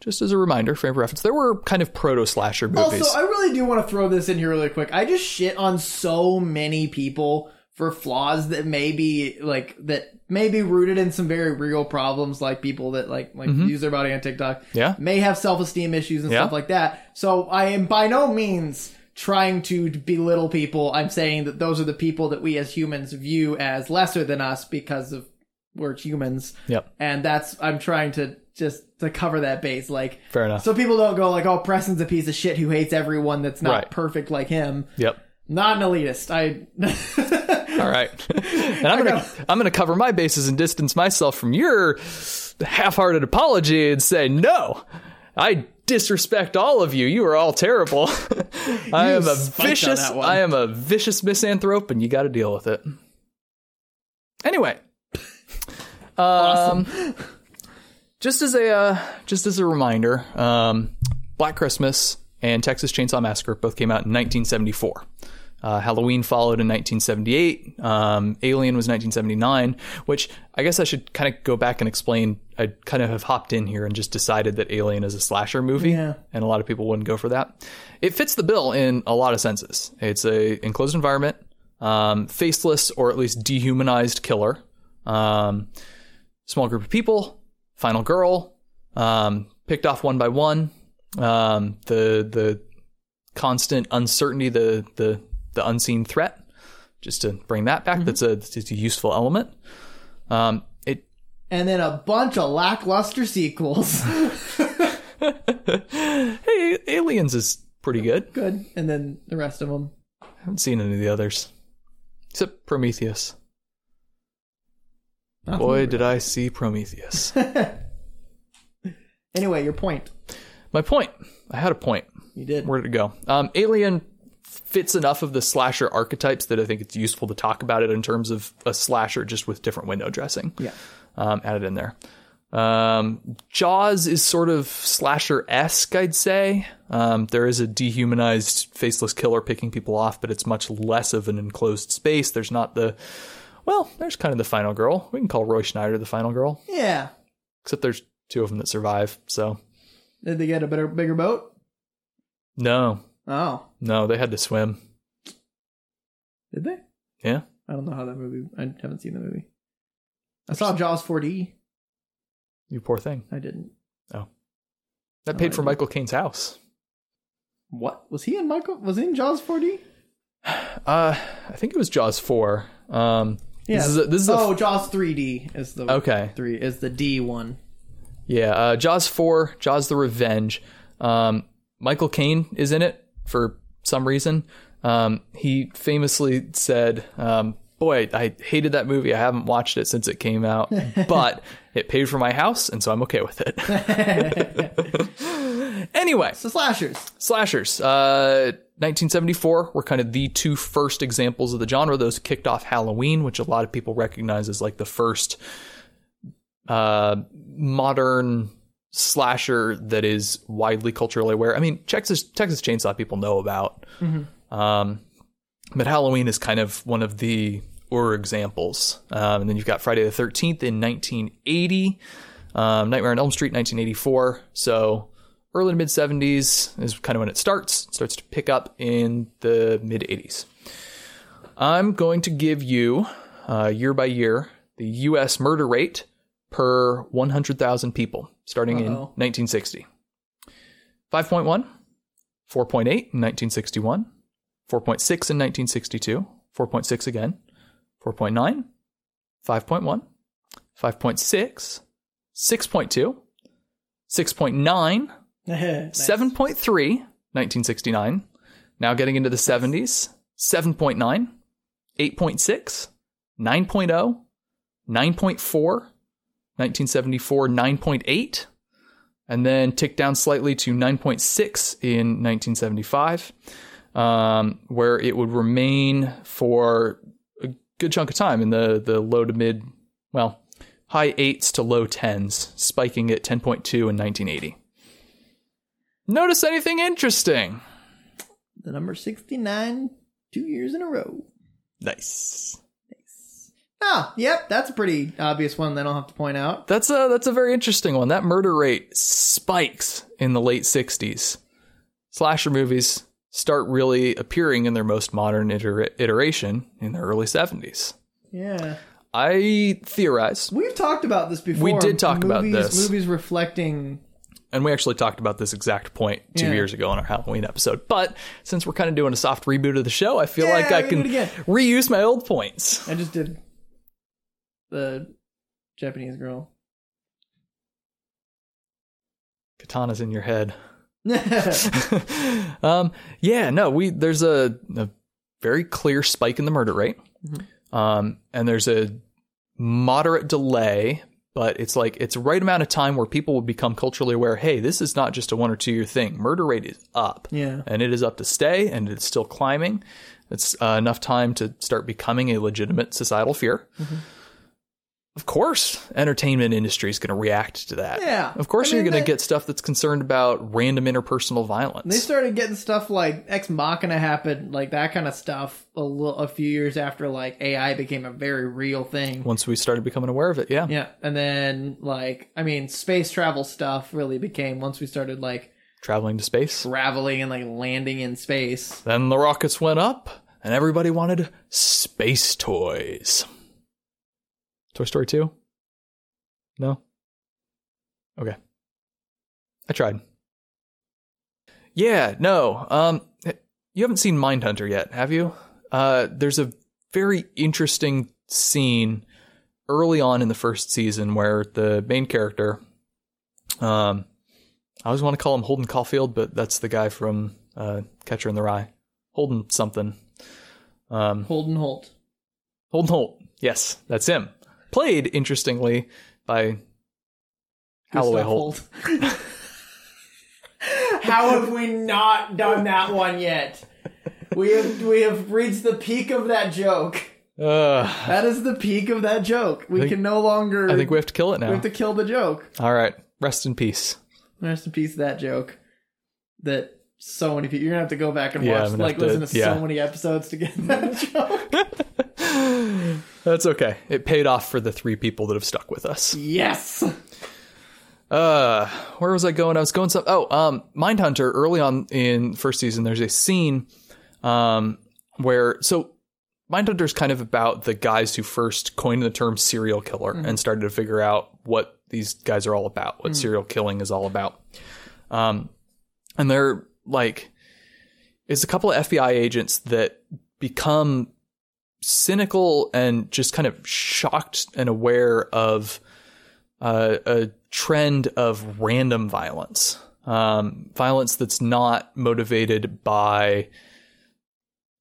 B: just as a reminder, frame of reference, there were kind of proto slasher movies.
A: Also, Oh, I really do want to throw this in here really quick. I just shit on so many people for flaws that may be like that may be rooted in some very real problems, like people that like like use their body on TikTok.
B: Mm-hmm. Yeah.
A: may have self esteem issues and
B: Yeah.
A: stuff like that. So I am by no means trying to belittle people. I'm saying that those are the people that we as humans view as lesser than us because of we're humans.
B: Yep.
A: And that's I'm trying to just to cover that base, like
B: Fair enough.
A: so people don't go like, "Oh, Preston's a piece of shit who hates everyone that's not
B: Right.
A: perfect like him."
B: yep.
A: Not an elitist. I. [LAUGHS]
B: All right. [LAUGHS] and I'm going to I'm going to cover my bases and distance myself from your half-hearted apology and say no. I disrespect all of you. You are all terrible. [LAUGHS] I
A: You
B: am a
A: spiked on
B: vicious
A: that one.
B: I am a vicious misanthrope and you got to deal with it. Anyway. Um just as a uh, just as a reminder, um, Black Christmas and Texas Chainsaw Massacre both came out in 1974. Uh, Halloween followed in 1978. Um, Alien was 1979, which I guess I should kind of go back and explain. I kind of have hopped in here and just decided that Alien is a slasher movie,
A: Yeah.
B: and a lot of people wouldn't go for that. It fits the bill in a lot of senses. It's a enclosed environment, um, faceless or at least dehumanized killer. Um, small group of people, final girl, um, picked off one by one. Um, the the constant uncertainty, the the the unseen threat. Just to bring that back, that's a that's a useful element. Um, it
A: and then a bunch of lackluster sequels. [LAUGHS]
B: hey, Aliens is pretty good.
A: Good. And then the rest of them.
B: haven't seen any of the others except Prometheus. Boy, did I see Prometheus.
A: Anyway, your point.
B: My point. I had a point.
A: You did.
B: Where did it go? Um, Alien fits enough of the slasher archetypes that I think it's useful to talk about it in terms of a slasher just with different window dressing.
A: Yeah.
B: Um, added in there. Um, Jaws is sort of slasher esque, I'd say. Um, there is a dehumanized, faceless killer picking people off, but it's much less of an enclosed space. There's not the, well, there's kind of the final girl. We can call Roy Schneider the final girl,
A: Yeah.
B: except there's two of them that survive. So,
A: Did they get a better, bigger boat?
B: no,
A: Oh,
B: no, they had to swim.
A: did they?
B: Yeah.
A: I don't know how that movie. I haven't seen the movie. I saw Jaws 4D.
B: You poor thing.
A: I didn't.
B: That
A: Oh,
B: paid
A: I
B: for
A: did.
B: Michael Caine's house.
A: What was he in? Michael was he in Jaws 4D?
B: Uh, I think it was Jaws four. Um, this is a, this is a,
A: oh, Jaws 3D is the
B: okay.
A: three is the D one.
B: Yeah, uh, Jaws four, Jaws the Revenge. Um, Michael Caine is in it for some reason. Um, he famously said, um, "Boy, I hated that movie. I haven't watched it since it
A: [LAUGHS]
B: came out, but it paid for my house, and so I'm okay with it."
A: [LAUGHS]
B: [LAUGHS] anyway,
A: So
B: [LAUGHS]
A: slashers.
B: slashers. Uh, 1974 were kind of the two first examples of the genre. Those kicked off Halloween, which a lot of people recognize as like the first uh, modern slasher that is widely culturally aware. I mean, Texas Texas Chainsaw people know about, um, but Halloween is kind of one of the or examples. Um, and then you've got Friday the 13th in 1980, um, Nightmare on Elm Street 1984. So early to mid 70s is kind of when it starts. It starts to pick up in the mid 80s. I'm going to give you uh, year by year the U.S. murder rate per 100,000 people starting in
A: Uh-oh.
B: 1960. 5.1, 4.8 in 1961, 4.6 in 1962, 4.6 again, 4.9, 5.1, 5.6, 6.2, 6.9, 7.3, 1969. Now getting into the 70s, 7.9, 8.6, 9.0, oh, 9.4, 1974, 9.8, and then ticked down slightly to 9.6 in 1975, um, where it would remain for a good chunk of time in the, the low to mid, well, high eights to low tens, spiking at 10.2 in 1980. Notice anything interesting?
A: The number 69, two years in a row.
B: Nice.
A: Ah, yep, that's a pretty obvious one that I'll have to point out.
B: That's a that's a very interesting one. That murder rate spikes in the late 60s. Slasher movies start really appearing in their most modern iter- iteration in the early 70s.
A: Yeah.
B: I theorize,
A: We've talked about this before.
B: We did talk about
A: Movies-
B: this.
A: Movies reflecting.
B: and we actually talked about this exact point two
A: Yeah.
B: years ago on our Halloween episode. But since we're kind of doing a soft reboot of the show, I feel
A: Yeah,
B: like I
A: we can
B: can
A: do it again.
B: reuse my old points.
A: I just did the Japanese girl. [LAUGHS]
B: Katana's in your head.
A: yeah,
B: [LAUGHS] um, yeah, no, we there's a, a very clear spike in the murder rate, um, and there's a moderate delay, but it's like it's the right amount of time where people will become culturally aware. Hey, this is not just a one or two year thing. Murder rate is up, and it is up to stay, and it's still climbing. It's uh, enough time to start becoming a legitimate societal fear.
A: Mm-hmm.
B: Of course, entertainment industry is going to react to that.
A: Yeah.
B: Of course,
A: I mean,
B: you're going
A: they-
B: to get stuff that's concerned about random interpersonal violence.
A: they started getting stuff like Ex Machina happened, like that kind of stuff, a little, a few years after like AI became a very real thing.
B: once we started becoming aware of it. Yeah.
A: Yeah, and then like I mean, space travel stuff really became once we started like
B: Traveling to space.
A: traveling and like landing in space.
B: Then the rockets went up and everybody wanted space toys. Toy Story 2? No? Okay. I tried. Yeah, no. Um you haven't seen Mindhunter yet, have you? Uh there's a very interesting scene early on in the first season where the main character um I always want to call him Holden Caulfield, but that's the guy from uh, Catcher in the Rye. Holden something. Um,
A: Holden Holt.
B: Holden Holt. Yes, that's him. Played, interestingly, by Holloway
A: Gustav
B: Holt.
A: Holt. [LAUGHS] How have we not done that one yet? We have we have reached the peak of that joke.
B: Ugh,
A: That is the peak of that joke. We can no longer.
B: uh, I think we have to kill it
A: we
B: now.
A: have to kill the joke.
B: All right. Rest in peace.
A: Rest in peace. That joke. That so many people. You're gonna have to go back and
B: Yeah, I'm
A: watch,
B: gonna
A: like,
B: have to-
A: listen to
B: yeah.
A: so many episodes to get [LAUGHS] that joke.
B: That's okay. It paid off for the three people that have stuck with us.
A: yes.
B: uh where was i going i was going some oh um mindhunter early on in first season there's a scene um where so mindhunter's kind of about the guys who first coined the term serial killer and started to figure out what these guys are all about what serial killing is all about um and they're like it's a couple of fbi agents that become cynical and just kind of shocked and aware of uh, a trend of random violence, um, violence that's not motivated by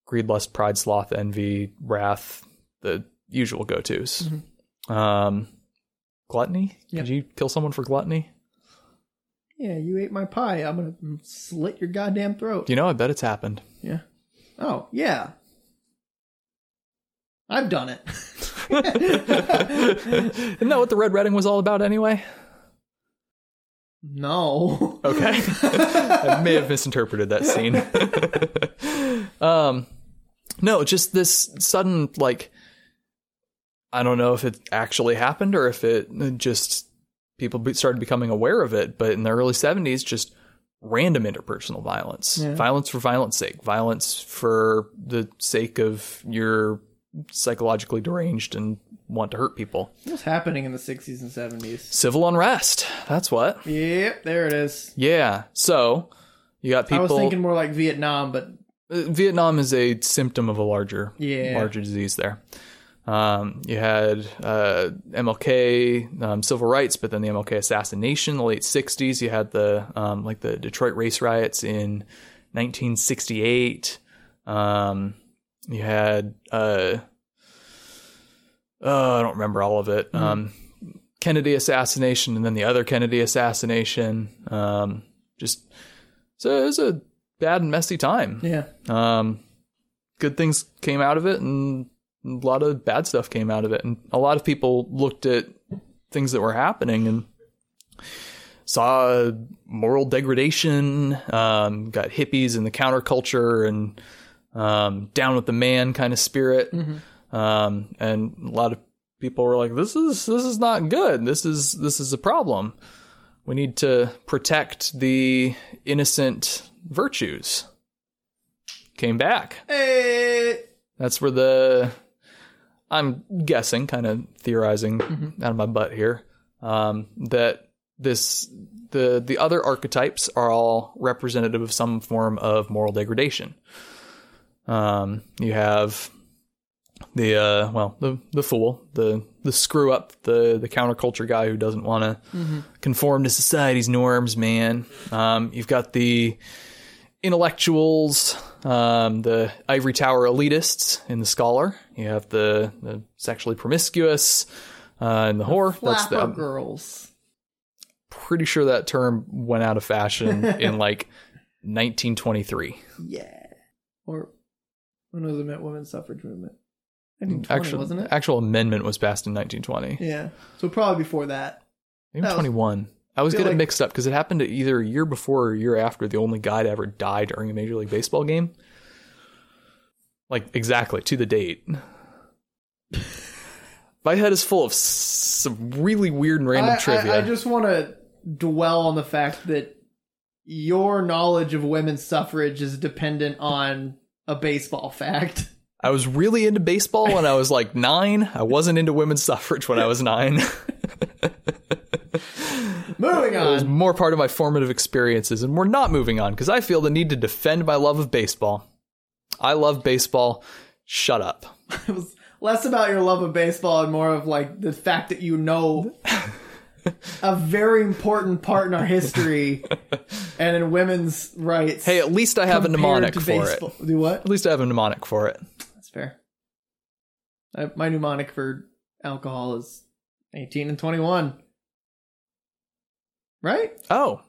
B: greed, lust, pride, sloth, envy, wrath, the usual go tos. Um, gluttony?
A: Yep.
B: Did you kill someone for gluttony?
A: Yeah, you ate my pie. I'm gonna slit your goddamn throat.
B: You know, I bet it's happened. [LAUGHS]
A: Yeah. Oh, yeah. I've done
B: [LAUGHS]
A: it. [LAUGHS]
B: Isn't that what the Red Wedding was all about anyway?
A: No. [LAUGHS]
B: Okay. [LAUGHS] I may have misinterpreted that scene. [LAUGHS] um, no, just this sudden, like, I don't know if it actually happened or if it just people be- started becoming aware of it, but in the early 70s, just random interpersonal violence,
A: Yeah.
B: violence for violence sake, violence for the sake of you're psychologically deranged and want to hurt people.
A: What was happening in the 60s and 70s?
B: Civil unrest. That's what.
A: Yep, there it is.
B: Yeah. So you got people.
A: I was thinking more like Vietnam, but
B: Uh, Vietnam is a symptom of a larger,
A: Yeah.
B: larger disease there. Um, you had uh, MLK um, civil rights, but then the MLK assassination in the late '60s. You had the um, like the Detroit race riots in 1968. Um, you had uh, oh, I don't remember all of it.
A: Mm-hmm.
B: Um, Kennedy assassination, and then the other Kennedy assassination. Um, just so it was a bad and messy time.
A: yeah.
B: Um, good things came out of it, and a lot of bad stuff came out of it. And a lot of people looked at things that were happening and saw moral degradation, um, got hippies and the counterculture and um, down with the man kind of spirit. Um, and a lot of people were like, this is, this is not good. This is, this is a problem. We need to protect the innocent virtues. Came back.
A: Hey,
B: That's where the I'm guessing, kind of theorizing out of my butt here, um, that this the the other archetypes are all representative of some form of moral degradation. Um, you have the uh, well the the fool the the screw up the the counterculture guy who doesn't want to conform to society's norms man um, you've got the intellectuals, um, the ivory tower elitists, and the scholar. You have the, the sexually promiscuous uh, and the whore. That's
A: flapper
B: the, I'm
A: girls.
B: pretty sure that term went out
A: [LAUGHS]
B: of fashion in like 1923.
A: Yeah. Or when was the women's suffrage movement? 1920,
B: Actual,
A: wasn't it?
B: actual amendment was passed in 1920.
A: yeah. So probably before that.
B: Maybe
A: was-
B: 21. I was
A: feel
B: getting
A: like-
B: mixed up because it happened either a year before or a year after the only guy to ever die during a Major League Baseball game. Like, exactly, to
A: [LAUGHS]
B: the date. My head is full of s- some really weird and random
A: I,
B: trivia.
A: I, I just want to dwell on the fact that your knowledge of women's suffrage is dependent on a baseball fact. [LAUGHS]
B: I was really into baseball when I was like nine. I wasn't into women's suffrage when I was nine.
A: [LAUGHS] Moving
B: it was
A: on.
B: more part of my formative experiences, and we're not moving on because I feel the need to defend my love of baseball. I love baseball. Shut up.
A: It was less about your love of baseball and more of like the fact that you know a very important part in our
B: [LAUGHS]
A: history and in women's rights.
B: Hey, at least I have a mnemonic for it.
A: Do what?
B: At least I have a mnemonic for it.
A: That's fair. I, my mnemonic for alcohol is 18 and 21. Right?
B: Oh,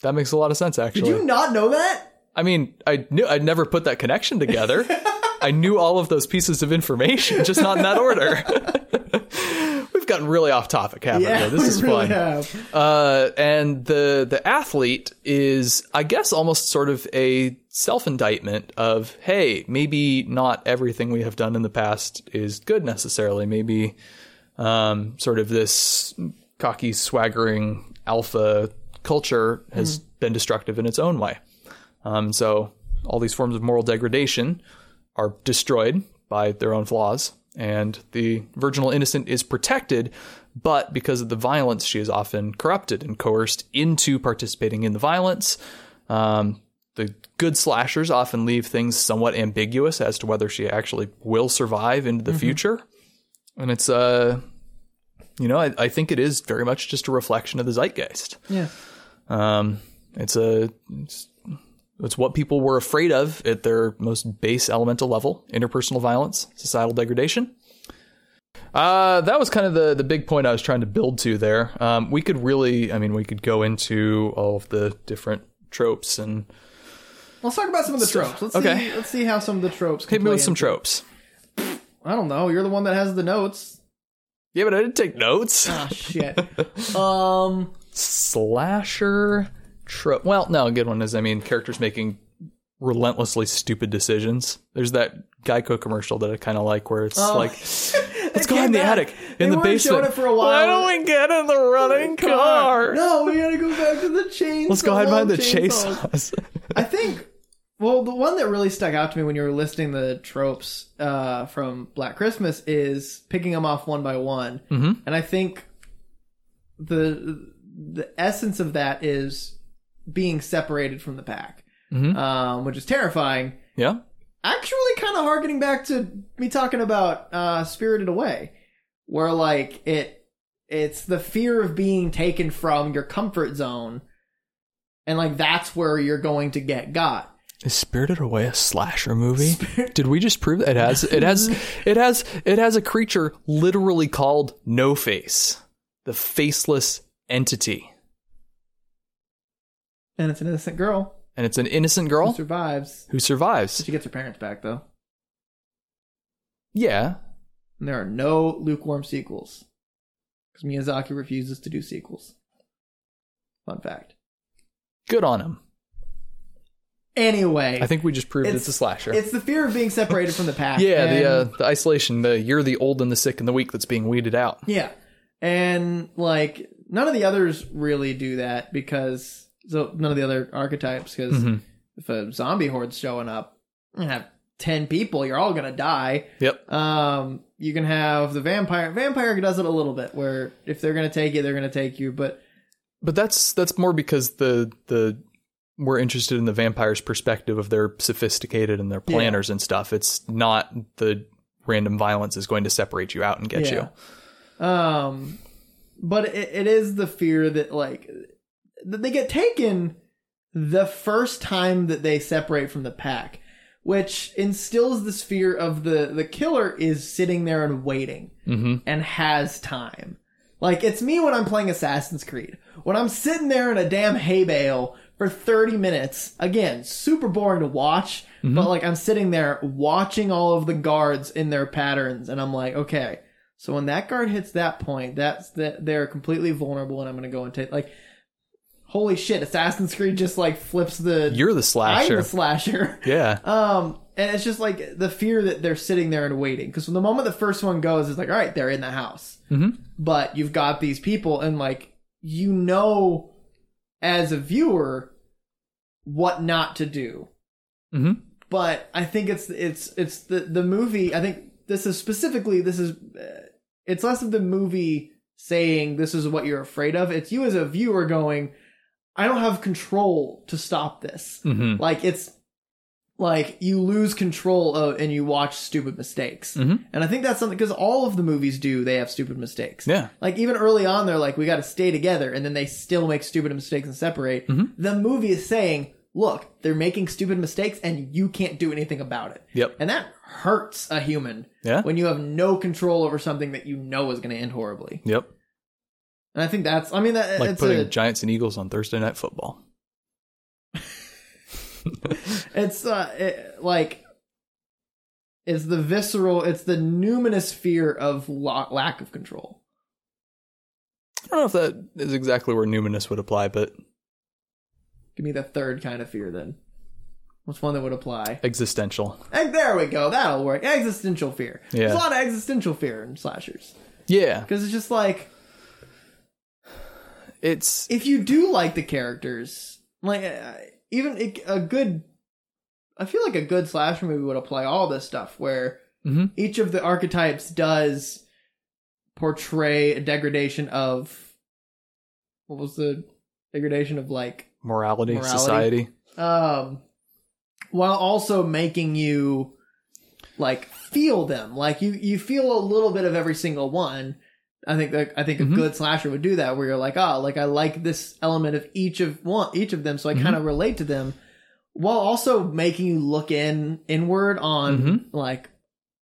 B: that makes a lot of sense.
A: Did
B: Actually,
A: you not know that?
B: I mean, I knew I'd never put that
A: [LAUGHS]
B: connection together. I knew all of those pieces of information, just not in that order. [LAUGHS] We've gotten really off topic, haven't
A: [LAUGHS]
B: we? This
A: we
B: is
A: really
B: fun.
A: have.
B: Uh, and the the athlete is, I guess, almost sort of a self indictment of, hey, maybe not everything we have done in the past is good necessarily. Maybe um, sort of this cocky, swaggering alpha culture has been destructive in its own way. Um, so all these forms of moral degradation are destroyed by their own flaws, and the virginal innocent is protected, but because of the violence, she is often corrupted and coerced into participating in the violence. Um, the good slashers often leave things somewhat ambiguous as to whether she actually will survive into the future. And it's, uh, you know, I, I think it is very much just a reflection of the zeitgeist.
A: Yeah.
B: Um, it's a it's, it's what people were afraid of at their most base elemental level: interpersonal violence, societal degradation. Uh, that was kind of the the big point I was trying to build to there. Um, we could really, I mean, we could go into all of the different tropes and
A: Let's talk about some of the tropes. Let's
B: okay.
A: see let's see how some of the tropes can
B: hit me
A: play
B: with some
A: into-
B: tropes.
A: I don't know. You're the one that has the
B: [LAUGHS]
A: notes.
B: Yeah, but I didn't take notes.
A: Ah shit. um
B: Slasher trope. Well, no, a good one is I mean characters making relentlessly stupid decisions. There's that Geico commercial that I kind of like where it's
A: [LAUGHS]
B: like, let's go
A: Oh. came
B: in the
A: back.
B: attic,
A: They
B: in the
A: weren't showing
B: basement.
A: it for a while. Oh
B: Why don't we get in the running car?
A: No, we gotta go back to the chainsaw.
B: Let's go hide behind the
A: chainsaws.
B: chainsaws.
A: I think. Well, the one that really stuck out to me when you were listing the tropes uh, from Black Christmas is picking them off one by one, mm-hmm. and I think the the essence of that is being separated from the pack, um, which is terrifying.
B: [LAUGHS] yeah.
A: Actually, kind of harkening back to me talking about uh, Spirited Away, where like it it's the fear of being taken from your comfort zone, and like that's where you're going to get got.
B: Is Spirited Away a slasher movie? Did we just prove that it has
A: [LAUGHS]
B: it has it has it has a creature literally called No Face, the faceless entity,
A: and it's an innocent girl
B: and it's an innocent girl
A: who survives.
B: who survives.
A: She gets her parents back though,
B: Yeah,
A: and there are no lukewarm sequels. because Miyazaki refuses to do sequels. Fun fact.
B: Good on him.
A: Anyway,
B: I think we just proved it's, a slasher.
A: it's the fear of being separated from the pack.
B: [LAUGHS] yeah,
A: and-
B: the uh, the isolation, the you're the old and the sick and the weak that's being weeded out.
A: Yeah. And like none of the others really do that because so none of the other archetypes because
B: Mhm.
A: if a zombie horde's showing up, you have ten people, you're all gonna die.
B: Yep.
A: Um, you can have the vampire. Vampire does it a little bit where if they're gonna take you, they're gonna take you. But
B: But that's that's more because the the we're interested in the vampire's perspective of they're sophisticated and they're
A: Yeah.
B: planners and stuff. It's not the random violence is going to separate you out and get you.
A: Um, but it, it is the fear that like that they get taken the first time that they separate from the pack, which instills this fear of the the killer is sitting there and waiting
B: Mm-hmm.
A: and has time. Like it's me when I'm playing Assassin's Creed. When I'm sitting there in a damn hay bale for 30 minutes, again, super boring to watch,
B: Mm-hmm.
A: but like I'm sitting there watching all of the guards in their patterns and I'm like, okay, so when that guard hits that point, that's that they're completely vulnerable and I'm going to go and take like holy shit, Assassin's Creed just like flips the
B: You're the
A: I'm
B: slasher.
A: the slasher.
B: yeah.
A: Um, and it's just like the fear that they're sitting there and waiting. Because from the moment the first one goes, it's like, all right, they're in the house.
B: Mhm.
A: But you've got these people, and like, you know, as a viewer, what not to do.
B: Mhm.
A: But I think it's it's it's the the movie. I think this is specifically this is uh, it's less of the movie saying this is what you're afraid of. It's you as a viewer going, I don't have control to stop this
B: Mm-hmm.
A: like it's like you lose control of and you watch stupid mistakes
B: Mhm.
A: and i think that's something because all of the movies do they have stupid mistakes
B: Yeah.
A: like even early on they're like we got to stay together and then they still make stupid mistakes and separate
B: Mhm.
A: the movie is saying look they're making stupid mistakes and you can't do anything about it
B: Yep.
A: and that hurts a human
B: Yeah.
A: when you have no control over something that you know is going to end horribly
B: Yep.
A: and i think that's i mean that
B: Like
A: it's
B: putting
A: a,
B: Giants and Eagles on Thursday night football.
A: It's uh, it, like it's the visceral, it's the numinous fear of lo- lack of control.
B: I don't know if that is exactly where numinous would apply, but
A: Give me the third kind of fear then. What's one that would apply?
B: existential.
A: Hey, there we go. That'll work. Existential fear. There's
B: Yeah.
A: a lot of existential fear in slashers
B: Yeah.
A: because it's just like
B: It's
A: if you do like the characters, like uh, even it, a good, I feel like a good slasher movie would apply all this stuff where
B: Mhm.
A: each of the archetypes does portray a degradation of what was the degradation of like
B: morality,
A: Morality.
B: society.
A: um while also making you like feel them like you you feel a little bit of every single one i think that i think a
B: Mhm.
A: good slasher would do that where you're like oh like i like this element of each of one each of them so i kind of relate to them while also making you look in inward on
B: Mhm.
A: like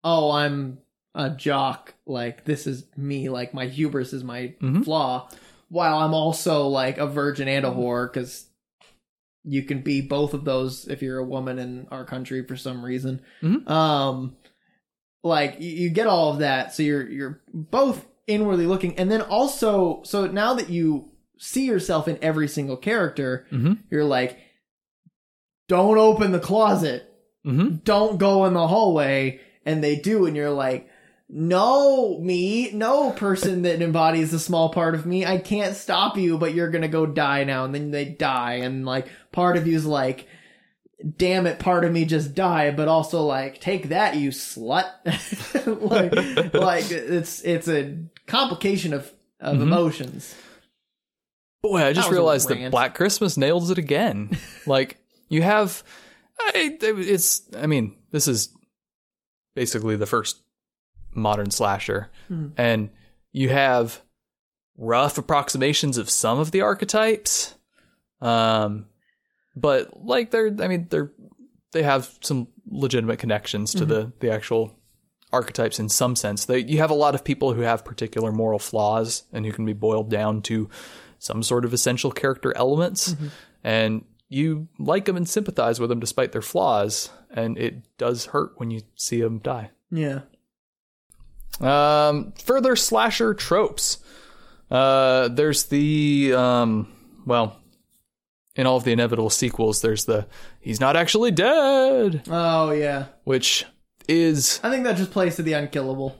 A: oh i'm a jock like this is me like my hubris is my
B: Mhm.
A: flaw while i'm also like a virgin and a whore because you can be both of those if you're a woman in our country for some reason.
B: Mhm.
A: Um, like you, you get all of that, so you're you're both inwardly looking, and then also, so now that you see yourself in every single character,
B: Mhm.
A: you're like, don't open the closet,
B: Mm-hmm.
A: don't go in the hallway, and they do, and you're like. No, me, no person that embodies a small part of me. I can't stop you, but you're gonna go die now. And then they die, and like part of you's like, damn it, part of me just die, but also like, take that, you slut. [LAUGHS] like, like it's it's a complication of of
B: Mhm.
A: emotions.
B: Boy, I just
A: was a
B: realized that
A: rant.
B: Black Christmas nails
A: [LAUGHS]
B: it again. like you have, I, it's. I mean, this is basically the first modern slasher,
A: Mhm.
B: and you have rough approximations of some of the archetypes, um, but like they're. I mean, they're they have some legitimate connections
A: Mm-hmm.
B: to the the actual archetypes in some sense. They, you have a lot of people who have particular moral flaws and who can be boiled down to some sort of essential character elements, and you like them and sympathize with them despite their flaws, and it does hurt when you see them die.
A: Yeah.
B: Um, further slasher tropes. Uh, there's the um, well, in all of the inevitable sequels, there's the he's not actually dead,
A: Oh yeah,
B: which is
A: I think that just plays to the unkillable.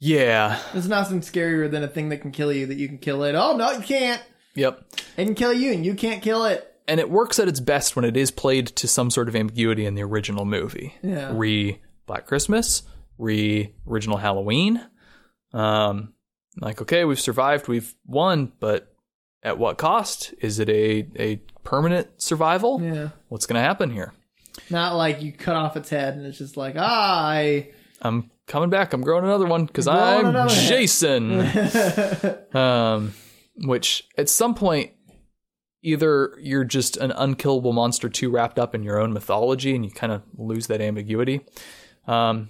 B: yeah,
A: There's nothing scarier than a thing that can kill you that you can kill it. Oh no, you can't.
B: yep,
A: It can kill you, and you can't kill it.
B: and it works at its best when it is played to some sort of ambiguity in the original movie.
A: Yeah.
B: Re Black Christmas, re original Halloween. Um, like okay, we've survived, we've won, but at what cost? Is it a a permanent survival?
A: Yeah.
B: What's going to happen here?
A: Not like you cut off its head and it's just like, ah, I.
B: I'm coming back. I'm growing another one because
A: growing
B: I'm
A: another head. [LAUGHS]
B: Jason. um, which at some point, either you're just an unkillable monster too wrapped up in your own mythology, and you kind of lose that ambiguity. Um,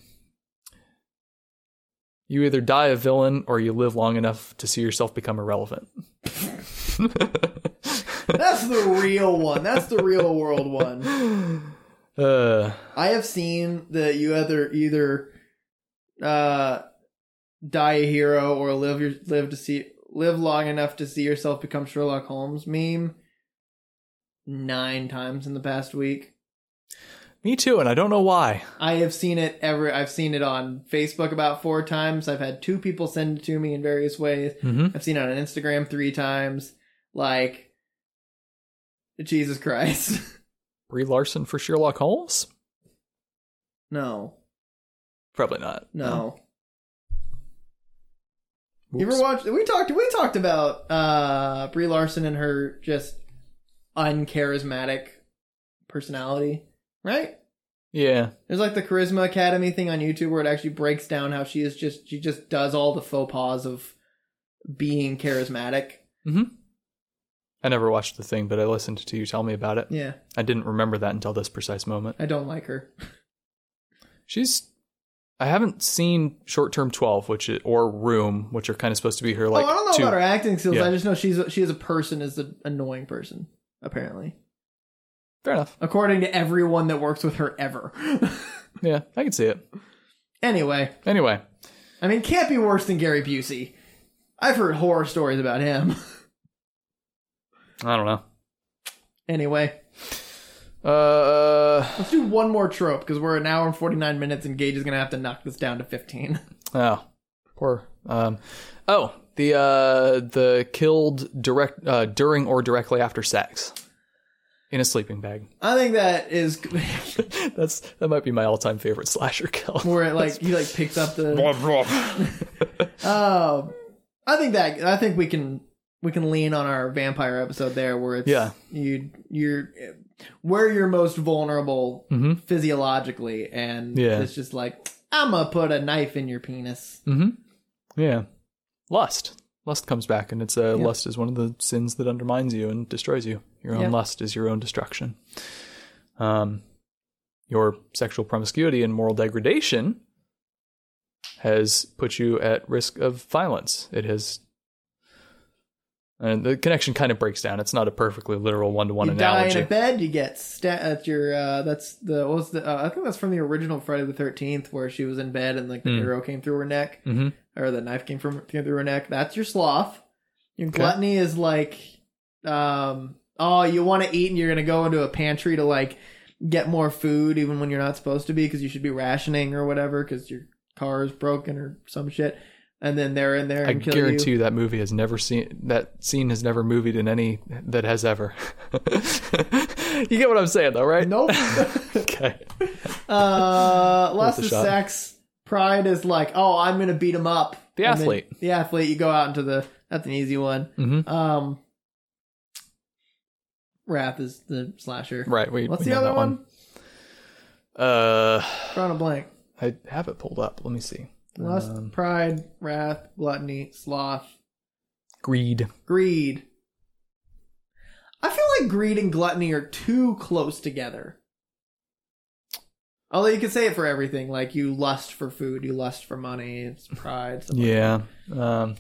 B: you either die a villain or you live long enough to see yourself become irrelevant. [LAUGHS]
A: That's the real one. That's the real world one.
B: Uh,
A: I have seen that you either either uh, die a hero or live your, live to see live long enough to see yourself become Sherlock Holmes meme nine times in the past week.
B: me too, and I don't know why.
A: I have seen it every. I've seen it on Facebook about four times. I've had two people send it to me in various ways.
B: hmm
A: I've seen it on Instagram three times. Like, Jesus Christ. [LAUGHS]
B: Brie Larson for Sherlock Holmes?
A: no,
B: Probably not.
A: no. You
B: Oops.
A: ever watched? We talked. We talked about uh, Brie Larson and her just uncharismatic personality, right?
B: Yeah.
A: There's like the Charisma Academy thing on YouTube where it actually breaks down how she is just she just does all the faux pas of being charismatic.
B: I never watched the thing, but I listened to you tell me about it.
A: Yeah,
B: I didn't remember that until this precise moment.
A: I don't like her.
B: She's. I haven't seen Short Term 12, which is, or Room, which are kind of supposed to be her like
A: oh, I don't know
B: two.
A: about her acting skills.
B: Yeah.
A: I just know she's she as a person is an annoying person, apparently,
B: Fair enough.
A: according to everyone that works with her ever. [LAUGHS]
B: Yeah, I can see it.
A: anyway,
B: Anyway,
A: I mean, can't be worse than Gary Busey. I've heard horror stories about him. [LAUGHS]
B: I don't know.
A: anyway,
B: Uh,
A: let's do one more trope because we're an hour and forty nine minutes, and Gage is gonna have to knock this down to fifteen. [LAUGHS]
B: oh, poor. Um, oh, the uh, the killed direct uh, during or directly after sex in a sleeping bag. [LAUGHS]
A: I think that is [LAUGHS]
B: That's that might be my all time favorite slasher [LAUGHS] kill. Mm-hmm.
A: where it like he like picks up the. Oh, I think that I think we can we can lean on our vampire episode there where it's
B: Yeah.
A: you you're where you're most vulnerable
B: hmm
A: physiologically and
B: Yeah.
A: it's just like I'm gonna put a knife in your penis.
B: Mm-hmm. Yeah. Lust. Lust comes back, and it's uh,
A: Yeah.
B: lust is one of the sins that undermines you and destroys you. Your own
A: Yeah.
B: lust is your own destruction. Um, your sexual promiscuity and moral degradation has put you at risk of violence. It has. And the connection kind of breaks down. It's not a perfectly literal one to one
A: you die in
B: analogy.
A: a bed, you get stat at your. Uh, that's the what was the? Uh, I think that's from the original Friday the Thirteenth, where she was in bed and like the
B: Mm.
A: arrow came through her neck,
B: Mhm.
A: or the knife came from came through her neck. That's your sloth. Your
B: Okay.
A: gluttony is like, um, oh, you want to eat and you're gonna go into a pantry to like get more food, even when you're not supposed to be, because you should be rationing or whatever, because your car is broken or some shit. And then they're in there and
B: I
A: kill
B: guarantee
A: you.
B: you that movie has never seen that scene has never movied in any that has ever. [LAUGHS] you get what I'm saying though, right?
A: Nope.
B: [LAUGHS] okay. [LAUGHS]
A: Uh, lust
B: a
A: is
B: shot.
A: sex. Pride is like, oh, I'm gonna beat him up.
B: The
A: And then
B: athlete.
A: the athlete. You go out into the. That's an easy one.
B: hmm
A: Um, wrath is the slasher.
B: Right. We,
A: What's the
B: we know
A: other
B: that
A: one?
B: Uh,
A: Drawing a blank.
B: I have it pulled up. Let me see.
A: Lust,
B: Um,
A: pride, wrath, gluttony, sloth,
B: greed.
A: greed. I feel like greed and gluttony are too close together. Although you could say it for everything, like you lust for food, you lust for money, it's pride. stuff like
B: Yeah. Um,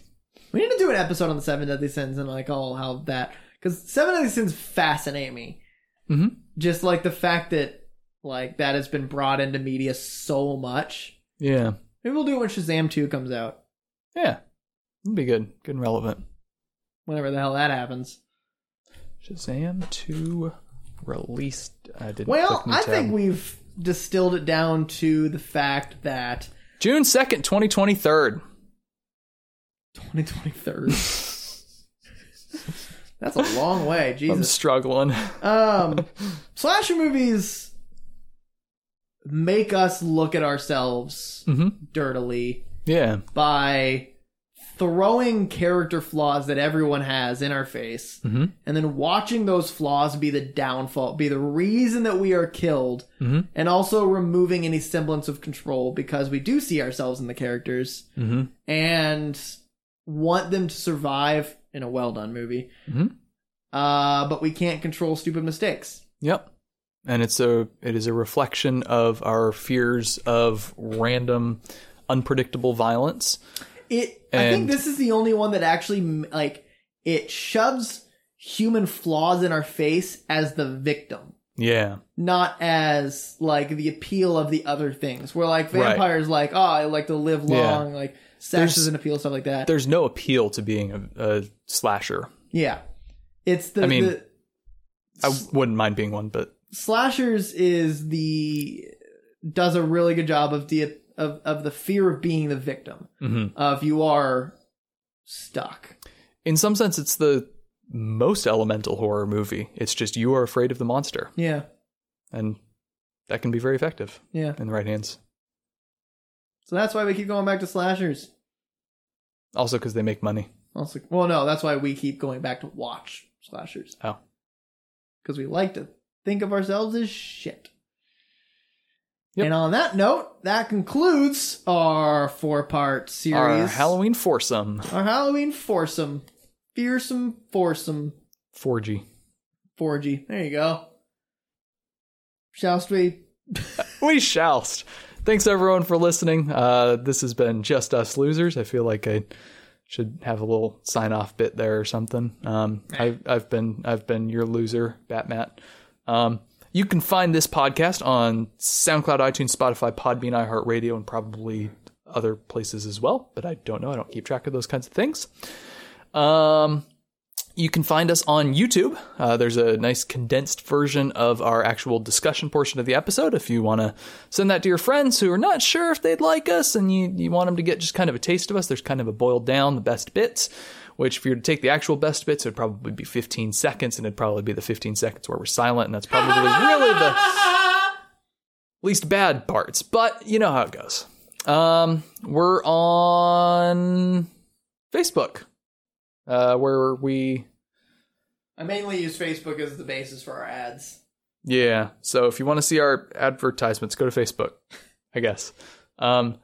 A: We need to do an episode on the seven deadly sins and like all how that because seven deadly sins fascinate me.
B: Mhm.
A: Just like the fact that like that has been brought into media so much.
B: yeah.
A: Maybe we'll do it when Shazam two comes out.
B: Yeah. be good. Good and relevant.
A: Whenever the hell that happens.
B: Shazam 2 released. I didn't
A: Well,
B: click new
A: I
B: tab.
A: think we've distilled it down to the fact that
B: June 2nd, 2023.
A: 2023. [LAUGHS] That's a long way,
B: I'm
A: Jesus.
B: struggling. [LAUGHS]
A: Um, slasher movies make us look at ourselves dirtily
B: Mm-hmm. Yeah.
A: by throwing character flaws that everyone has in our face
B: Mm-hmm.
A: and then watching those flaws be the downfall be the reason that we are killed
B: Mm-hmm.
A: and also removing any semblance of control because we do see ourselves in the characters
B: Mhm.
A: and want them to survive in a well done movie
B: Mhm.
A: uh, but we can't control stupid mistakes
B: Yep. And it's a it is a reflection of our fears of random unpredictable violence.
A: It. I think
B: And-
A: this is the only one that actually m- like it shoves human flaws in our face as the victim,
B: Yeah.
A: not as like the appeal of the other things. Where like
B: Right.
A: vampires, like oh, I like to live
B: Yeah.
A: long, like sex
B: There's-
A: is an appeal, stuff like that.
B: There's no appeal to being a, a slasher.
A: Yeah, it's the,
B: I mean-
A: the
B: I wouldn't mind being one, but
A: slashers is the does a really good job of the of of the fear of being the victim
B: Mhm.
A: of you are stuck.
B: in some sense it's the most elemental horror movie. It's just you are afraid of the monster
A: Yeah,
B: and that can be very effective
A: yeah.
B: in the right hands.
A: So that's why we keep going back to slashers.
B: Also cuz they make money.
A: Also, well, no, that's why we keep going back to watch slashers
B: Oh.
A: because we like to think of ourselves as shit.
B: Yep.
A: And on that note, that concludes our four-part series.
B: Our Halloween foursome.
A: our Halloween foursome, fearsome foursome,
B: 4G.
A: forgy. There you go. Shall we?
B: we shall. Thanks everyone for listening. Uh, this has been just us losers. I feel like I should have a little sign off bit there or something. Um, I, I've been I've been your loser, Batmat. Um, you can find this podcast on SoundCloud, iTunes, Spotify, Podbean, iHeartRadio, and probably other places as well. But I don't know. I don't keep track of those kinds of things. Um, you can find us on YouTube. Uh, there's a nice condensed version of our actual discussion portion of the episode. If you want to send that to your friends who are not sure if they'd like us and you, you want them to get just kind of a taste of us, there's kind of a boiled down the best bits, which if you were to take the actual best bits, it would probably be 15 seconds, and it'd probably be the 15 seconds where we're silent, and that's probably really the least bad parts, but you know how it goes. Um, we're on Facebook, uh, where we,
A: I mainly use Facebook as the basis for our ads.
B: yeah. So if you want to see our advertisements, go to Facebook, I guess. Um,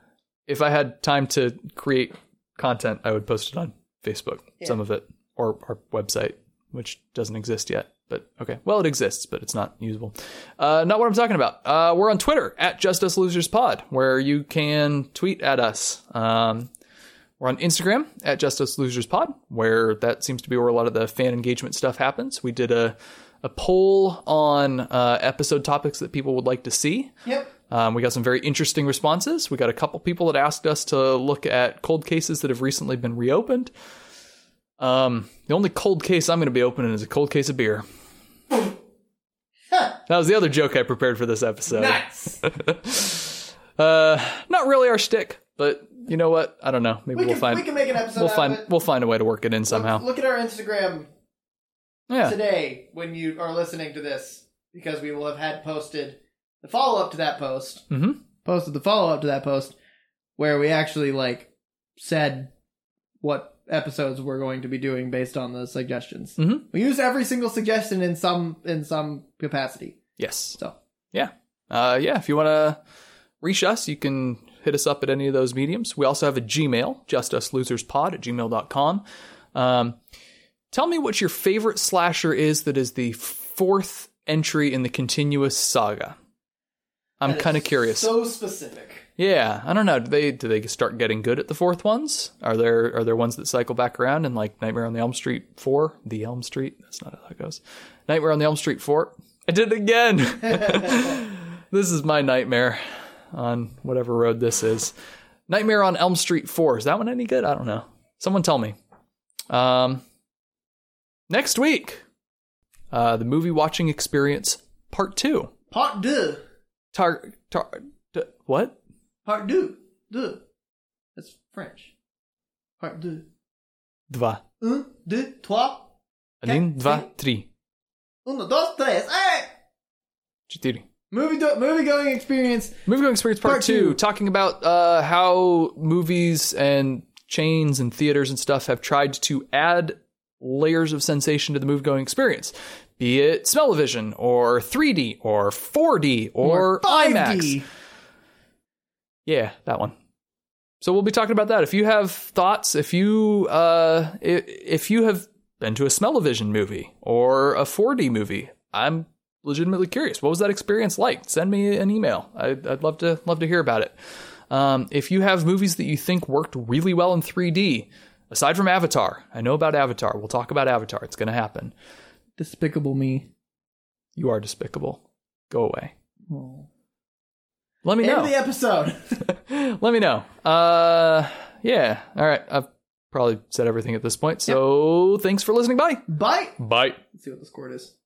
B: if I had time to create content, I would post it on Facebook, some of it, or our website, which doesn't exist yet. But okay, well, it exists, but it's not usable. Uh, not what I'm talking about. Uh, we're on Twitter at Justice Losers Pod, where you can tweet at us. Um, We're on Instagram at Justice Losers Pod, where that seems to be where a lot of the fan engagement stuff happens. We did a a poll on uh, episode topics that people would like to see.
A: Yep.
B: Um, we got some very interesting responses. We got a couple people that asked us to look at cold cases that have recently been reopened. Um, the only cold case I'm going to be opening is a cold case of beer. that was the other joke I prepared for this episode. [LAUGHS]
A: Nice.
B: Uh, not really our shtick, but you know what? I don't know. Maybe
A: we
B: will
A: can
B: find
A: we can make an episode.
B: we'll
A: out
B: find
A: of it.
B: we'll find a way to work it in somehow.
A: Look, look at our Instagram
B: yeah.
A: today when you are listening to this, because we will have had posted the follow up to that post.
B: Mhm.
A: Posted the follow up to that post where we actually like said what episodes we're going to be doing based on the suggestions.
B: Mhm.
A: We use every single suggestion in some in some capacity.
B: Yes.
A: So
B: Yeah. Uh, yeah. If you want to reach us, you can hit us up at any of those mediums. We also have a Gmail, justuslosers.pod at gmail.com. Um, tell me what your favorite slasher is that is the fourth entry in the continuous saga. I'm
A: That is
B: kind of curious.
A: So specific.
B: yeah, I don't know. Do they do they start getting good at the fourth ones? Are there are there ones that cycle back around and like Nightmare on the Elm Street four? The Elm Street. That's not how that goes. Nightmare on the Elm Street four. I did it again. [LAUGHS] this is my nightmare on whatever road this is. Nightmare on Elm Street 4. Is that one any good? I don't know. Someone tell me. Um, next week, uh, the movie watching experience part two.
A: Part deux.
B: Tar, tar, d- what?
A: Part deux. Deux. That's French. Part deux.
B: Dva.
A: Un, deux, trois.
B: Один, два, три,
A: Uno, dos, tres. Hey!
B: четыре.
A: Movie, do- movie going experience.
B: Movie going experience part,
A: Part
B: two,
A: two.
B: talking about uh, how movies and chains and theaters and stuff have tried to add layers of sensation to the movie going experience, be it smell-o-vision or 3D or 4D or, IMAX.
A: 5D.
B: Yeah, that one. So we'll be talking about that. If you have thoughts, if you uh, i- if you have been to a smell-o-vision movie or a 4D movie, I'm legitimately curious. What was that experience like? Send me an email. I'd, I'd love to love to hear about it. Um, if you have movies that you think worked really well in 3D, aside from Avatar, I know about Avatar. We'll talk about Avatar. It's going to happen.
A: Despicable me.
B: You are despicable. Go away.
A: Oh.
B: Let me
A: End
B: know.
A: of the episode. [LAUGHS]
B: [LAUGHS] Let me know. Uh, yeah. All right. I've probably said everything at this point. So thanks for listening. Bye.
A: Bye.
B: Bye.
A: Let's see what the score is.